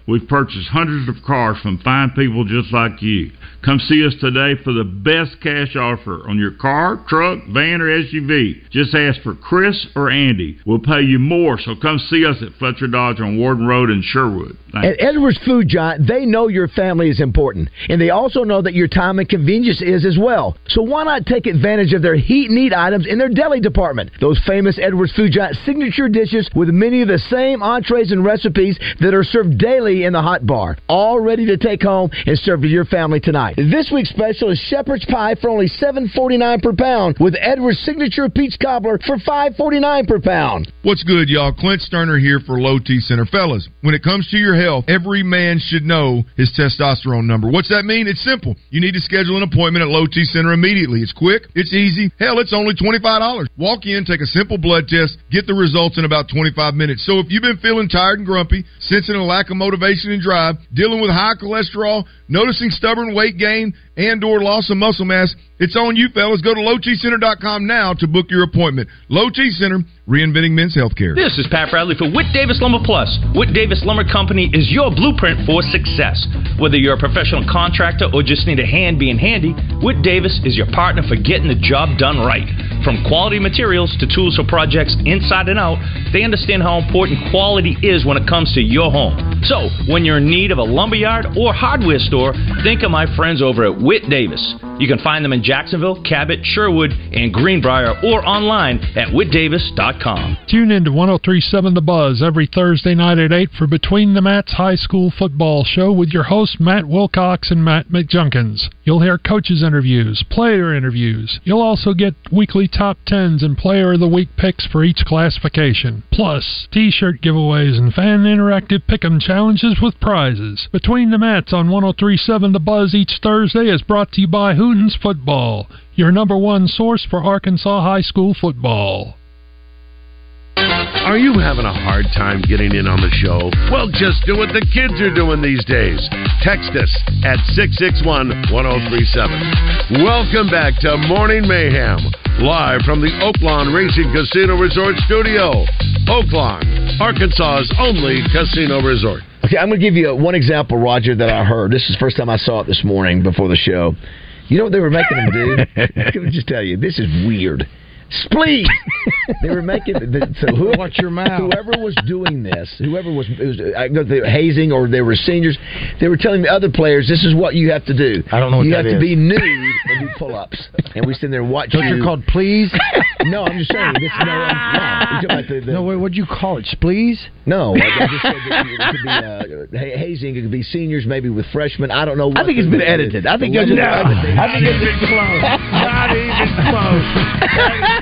Speaker 13: We've purchased hundreds of cars from fine people just like you. Come see us today for the best cash offer on your car, truck, van, or SUV. Just ask for Chris or Andy. We'll pay you more, so come see us at Fletcher Dodge on Warden Road in Sherwood. Thank
Speaker 4: At Edwards Food Giant, they know your family is important, and they also know that your time and convenience is as well. So why not take advantage of their heat and eat items in their deli department? Those famous Edwards Food Giant signature dishes with many of the same entrees and recipes that are served daily in the hot bar, all ready to take home and serve to your family tonight. This week's special is shepherd's pie for only $7.49 per pound, with Edwards signature peach cobbler for $5.49 per pound.
Speaker 18: What's good, y'all? Clint Sterner here for Low T Center. Fellas, when it comes to your health, every man should know his testosterone number. What's that mean? It's simple. You need to schedule an appointment at Low T Center immediately. It's quick, it's easy. Hell, it's only $25. Walk in, take a simple blood test, get the results in about 25 minutes. So if you've been feeling tired and grumpy, sensing a lack of motivation and drive, dealing with high cholesterol, noticing stubborn weight gain, and or loss of muscle mass, it's on you, fellas. Go to lowtcenter.com now to book your appointment. Low T Center, reinventing men's health care.
Speaker 14: This is Pat Bradley for Whit Davis Lumber Plus. Whit Davis Lumber Company is your blueprint for success. Whether you're a professional contractor or just need a hand being handy, Whit Davis is your partner for getting the job done right. From quality materials to tools for projects inside and out, they understand how important quality is when it comes to your home. So, when you're in need of a lumberyard or hardware store, think of my friends over at Whit Davis. You can find them in Jacksonville, Cabot, Sherwood, and Greenbrier or online at whitdavis.com.
Speaker 17: Tune in to 1037 The Buzz every Thursday night at 8 for Between the Mats High School Football Show with your hosts Matt Wilcox and Matt McJunkins. You'll hear coaches' interviews, player interviews. You'll also get weekly top tens and player of the week picks for each classification, plus t shirt giveaways and fan interactive pick 'em challenges with prizes. Between the Mats on 1037 The Buzz each Thursday is brought to you by Hootens Football, your number one source for Arkansas high school football.
Speaker 11: Are you having a hard time getting in on the show? Well, just do what the kids are doing these days. Text us at 661 1037. Welcome back to Morning Mayhem, live from the Oaklawn Racing Casino Resort Studio. Oaklawn, Arkansas's only casino resort.
Speaker 4: Okay, I'm going to give you one example, Roger, that I heard. This is the first time I saw it this morning before the show. You know what they were making them do? I'm going to just tell you, this is weird. Spleef. they were making so who, watch your mouth. Whoever was doing this, whoever was, it was I go they were hazing or they were seniors, they were telling the other players, "This is what you have to do. I don't
Speaker 1: know what
Speaker 4: you
Speaker 1: that
Speaker 4: have to
Speaker 1: is.
Speaker 4: be nude and do pull-ups." And we sit there and watch.
Speaker 1: Those
Speaker 4: you.
Speaker 1: are called please
Speaker 4: No, I'm just saying. This, no, I'm, no, You're talking about the- the-
Speaker 5: No, wait, what'd you call it? Splees?
Speaker 4: no, Oh, I, I just said that it could be uh, ha- hazing. It could be seniors, maybe with freshmen. I don't know. I think it's been edited. I
Speaker 7: think
Speaker 4: it's
Speaker 7: it's-
Speaker 4: I think it's been
Speaker 7: Not even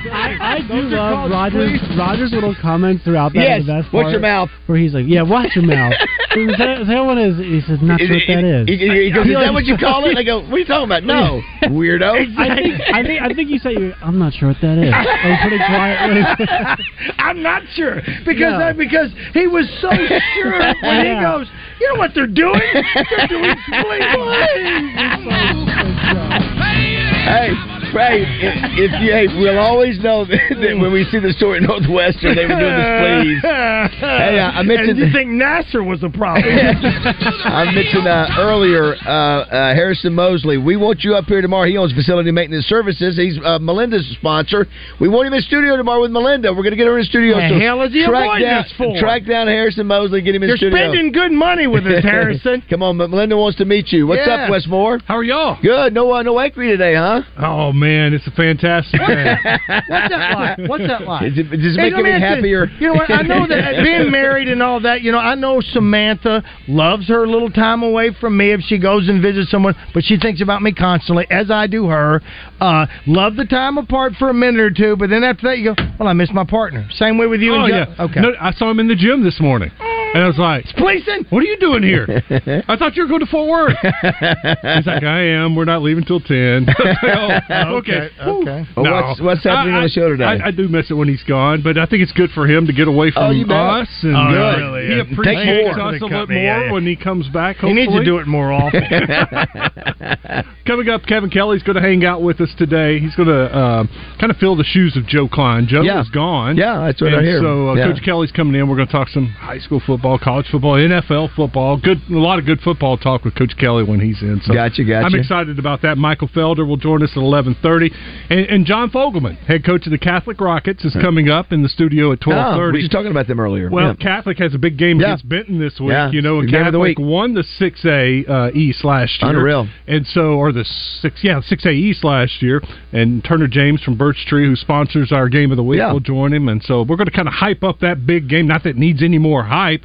Speaker 7: close.
Speaker 5: I, I
Speaker 7: do
Speaker 6: love Rogers. Rogers little comment throughout that.
Speaker 7: Yes,
Speaker 6: The best
Speaker 7: watch your
Speaker 6: part,
Speaker 4: mouth.
Speaker 6: Where he's like, "Yeah, watch your mouth." So the that, that one is. He says, "Not
Speaker 4: It-
Speaker 6: what
Speaker 4: it-
Speaker 6: that is."
Speaker 4: He, he goes, is that what you call it? And I go, what are you talking about? No, weirdo.
Speaker 6: I think, I think I think you said you. I'm not sure what that is. I was pretty quiet.
Speaker 5: I'm not sure because
Speaker 6: No.
Speaker 5: I, because he was so sure when he
Speaker 6: Yeah.
Speaker 5: goes, you know what they're doing? They're doing
Speaker 4: Hey, Frank, if, if you, hey, we'll always know that, that when we see the story at Northwestern, they were doing the splees. Hey, uh, I- I mentioned-
Speaker 5: And you think Nasser was the problem?
Speaker 4: I mentioned uh, earlier uh, uh, Harrison Mosley. We want you up here tomorrow. He owns Facility Maintenance Services. He's uh, Melinda's sponsor. We want him in studio tomorrow with Melinda. We're going to get her in studio.
Speaker 5: The
Speaker 4: so
Speaker 5: hell is he
Speaker 4: track
Speaker 5: avoiding
Speaker 4: down,
Speaker 5: us for?
Speaker 4: Track down Harrison Mosley. Get him in
Speaker 5: You're
Speaker 4: studio.
Speaker 5: spending good money with us, Harrison.
Speaker 4: Come on, Melinda wants to meet you. What's
Speaker 5: Yeah.
Speaker 4: up, Westmore?
Speaker 3: How are y'all?
Speaker 4: Good. No, uh, no Anchorage today, huh?
Speaker 3: Oh man, it's a fantastic day.
Speaker 5: What's that like? What's that like?
Speaker 4: Is it- does it
Speaker 5: Hey,
Speaker 4: make
Speaker 5: let
Speaker 4: you
Speaker 5: me
Speaker 4: any
Speaker 5: ask
Speaker 4: happier?
Speaker 5: You know what? I know that being married and all that, you know, I know Samantha loves her little time away from me if she goes and visits someone, but she thinks about me constantly, as I do her. Uh, love the time apart for a minute or two, but then after that, you go, well, I miss my partner. Same way with you
Speaker 3: oh
Speaker 5: and
Speaker 3: yeah.
Speaker 5: Jeff. Okay.
Speaker 3: No, I saw him in the gym this morning, and I was like,
Speaker 5: Gleason,
Speaker 3: what are you doing here? I thought you were going to Fort Worth. He's like, I am. We're not leaving till ten. I was like, oh, okay.
Speaker 5: Okay.
Speaker 4: Well, what's- what's happening
Speaker 3: I-
Speaker 4: on the show today?
Speaker 3: I, I do miss it when he's gone, but I think it's good for him to get away from
Speaker 4: Oh, you bet.
Speaker 3: us. And
Speaker 4: Oh,
Speaker 3: uh,
Speaker 4: really?
Speaker 3: he
Speaker 4: Yeah. Take
Speaker 3: appreciates
Speaker 4: more.
Speaker 3: us a lot
Speaker 4: The
Speaker 3: more
Speaker 4: company, yeah, yeah.
Speaker 3: when he comes back.
Speaker 4: He needs to
Speaker 3: hopefully.
Speaker 4: do it more often.
Speaker 3: Coming up, Kevin Kelly's going to hang out with us today. He's going to uh, kind of fill the shoes of Joe Klein. Joe
Speaker 4: Yeah.
Speaker 3: is gone.
Speaker 4: Yeah, that's what I
Speaker 3: And
Speaker 4: hear.
Speaker 3: So uh,
Speaker 4: Yeah.
Speaker 3: Coach Kelly's coming in. We're going to talk some high school football, college football, NFL football. Good, a lot of good football talk with Coach Kelly when he's in. So
Speaker 4: Gotcha, gotcha.
Speaker 3: I'm excited about that. Michael Felder will join us at 11:30, and, and John Fogelman, head coach of the Catholic Rockets, is coming up in the studio at 12:30.
Speaker 4: Oh, we were just talking about them earlier.
Speaker 3: Well,
Speaker 4: Yeah.
Speaker 3: Catholic has a big game
Speaker 4: Yeah.
Speaker 3: against Benton this week.
Speaker 4: Yeah.
Speaker 3: You know, and
Speaker 4: Game of
Speaker 3: Catholic
Speaker 4: the week.
Speaker 3: won the six A uh, East last year.
Speaker 4: Unreal.
Speaker 3: And so, or the six, yeah, six A East last year. And Turner James from Birch Tree, who sponsors our game of the week, will join him. And so, we're going to kind of hype up that big game. Not that it needs any more hype,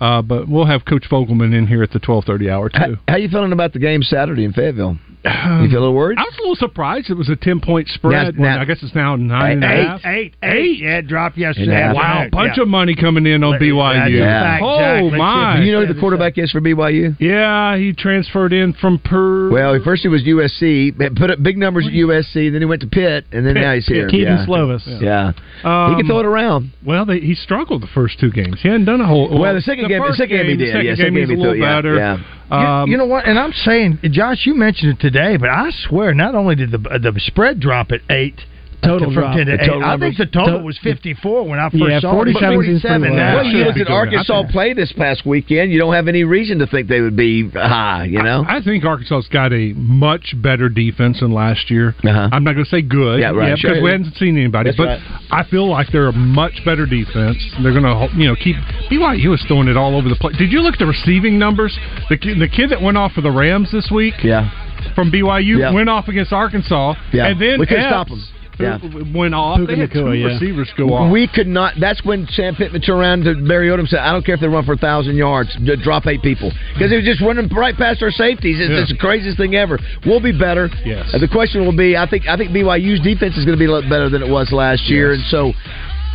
Speaker 3: uh, but we'll have Coach Fogelman in here at the twelve thirty hour too. Um,
Speaker 4: How you feeling about the game Saturday in Fayetteville? you feel a little worried?
Speaker 3: I was a little surprised it was a ten point spread.
Speaker 4: Now- now-
Speaker 3: Well, I guess it's now nine and a half.
Speaker 5: Eight, eight, eight. Yeah, it dropped yesterday.
Speaker 3: Wow,
Speaker 5: afternoon.
Speaker 3: bunch
Speaker 5: Yeah.
Speaker 3: of money coming in on BYU.
Speaker 4: That's a fact,
Speaker 3: Oh
Speaker 4: Jack. Let's
Speaker 3: my!
Speaker 4: Do you know who the quarterback is for BYU?
Speaker 3: Yeah, he transferred in from Purdue.
Speaker 4: Well, at first he was USC, but put up big numbers at USC, then he went to Pitt, and then
Speaker 3: Pitt,
Speaker 4: now he's here.
Speaker 3: Pitt. Keaton
Speaker 4: yeah.
Speaker 3: Slovis. Um,
Speaker 4: Yeah. He can throw it around.
Speaker 3: Well, they, he struggled the first two games. He hadn't done a whole.
Speaker 4: Well, the second game- the
Speaker 3: first
Speaker 4: second game he
Speaker 3: the
Speaker 4: did.
Speaker 3: Second
Speaker 4: Yeah,
Speaker 3: game,
Speaker 4: second
Speaker 3: he's
Speaker 4: game
Speaker 3: a
Speaker 4: he
Speaker 3: little
Speaker 4: threw- yeah,
Speaker 3: better.
Speaker 4: yeah.
Speaker 3: Um,
Speaker 5: you know what? And I'm saying, Josh, you mentioned it today, but I swear, not only did the the spread drop at eight.
Speaker 6: Total
Speaker 5: to- from
Speaker 6: drop.
Speaker 5: 10 to
Speaker 6: The
Speaker 5: eight.
Speaker 6: total
Speaker 5: I think
Speaker 6: numbers.
Speaker 5: the total
Speaker 6: To-
Speaker 5: was 54 when I first
Speaker 6: Yeah,
Speaker 5: saw it.
Speaker 6: 47 seems pretty low.
Speaker 5: now.
Speaker 4: Well, you looked at Arkansas play this past weekend. You don't have any reason to think they would be high. You know.
Speaker 3: I think Arkansas's got a much better defense than last year. I'm not going to say good,
Speaker 4: Uh-huh. Yeah, right, sure.
Speaker 3: because we haven't seen anybody.
Speaker 4: That's
Speaker 3: but
Speaker 4: right.
Speaker 3: I feel like they're a much better defense. They're going to, you know, keep BYU is throwing it all over the place. Did you look at the receiving numbers? The ki- the kid that went off for the Rams this week,
Speaker 4: yeah,
Speaker 3: from BYU
Speaker 4: Yeah.
Speaker 3: went off against Arkansas,
Speaker 4: Yeah.
Speaker 3: and then
Speaker 4: We couldn't
Speaker 3: Epps,
Speaker 4: stop 'em.
Speaker 3: who
Speaker 4: Yeah.
Speaker 3: went off. They had two receivers go off.
Speaker 4: We could not. That's when Sam Pittman turned around to Barry Odom and said, "I don't care if they run for a thousand yards, d- drop eight people because they were just running right past our safeties. It's, it's the craziest thing ever. We'll be better.
Speaker 3: Yes.
Speaker 4: Uh, the question will be, I think, I think BYU's defense is going to be a lot better than it was last year, and so.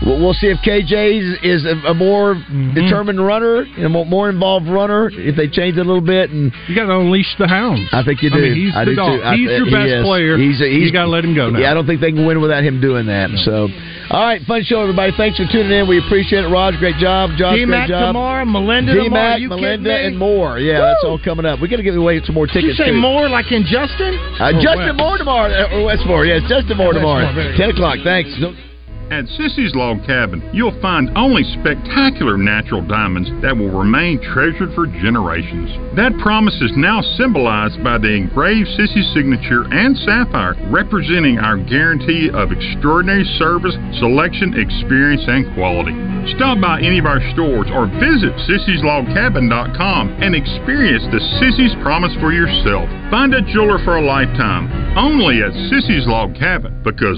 Speaker 4: We'll we'll see if KJ is, is a, a more
Speaker 3: Mm-hmm.
Speaker 4: determined runner, and a more, more involved runner. If they change it a little bit, and
Speaker 3: you got to unleash the hounds.
Speaker 4: I think you
Speaker 3: I
Speaker 4: do.
Speaker 3: mean, he's
Speaker 4: I
Speaker 3: the
Speaker 4: do
Speaker 3: dog.
Speaker 4: Too. I-
Speaker 3: He's your
Speaker 4: he
Speaker 3: best
Speaker 4: is.
Speaker 3: player.
Speaker 4: He's,
Speaker 3: You
Speaker 4: he's
Speaker 3: gotta let him go now.
Speaker 4: Yeah, I don't think they can win without him doing that. So, all right, fun show, everybody. Thanks for tuning in. We appreciate it, Raj. Great job, Josh.
Speaker 5: D-Mac
Speaker 4: great job.
Speaker 5: tomorrow, Melinda
Speaker 4: D-Mac,
Speaker 5: tomorrow. Are you
Speaker 4: Melinda,
Speaker 5: kidding me?
Speaker 4: and more. Yeah, that's all coming up. We got to give away some more
Speaker 5: Did you
Speaker 4: tickets.
Speaker 5: say
Speaker 4: too.
Speaker 5: more like in Justin? Oh,
Speaker 4: Uh, Justin Moore tomorrow, uh, or Westmore. Yes, Justin Moore
Speaker 5: Westmore, very
Speaker 4: tomorrow,
Speaker 5: good.
Speaker 4: ten o'clock. Thanks.
Speaker 19: At Sissy's Log Cabin, you'll find only spectacular natural diamonds that will remain treasured for generations. That promise is now symbolized by the engraved Sissy signature and sapphire, representing our guarantee of extraordinary service, selection, experience, and quality. Stop by any of our stores or visit sissyslogcabin.com and experience the Sissy's promise for yourself. Find a jeweler for a lifetime only at Sissy's Log Cabin because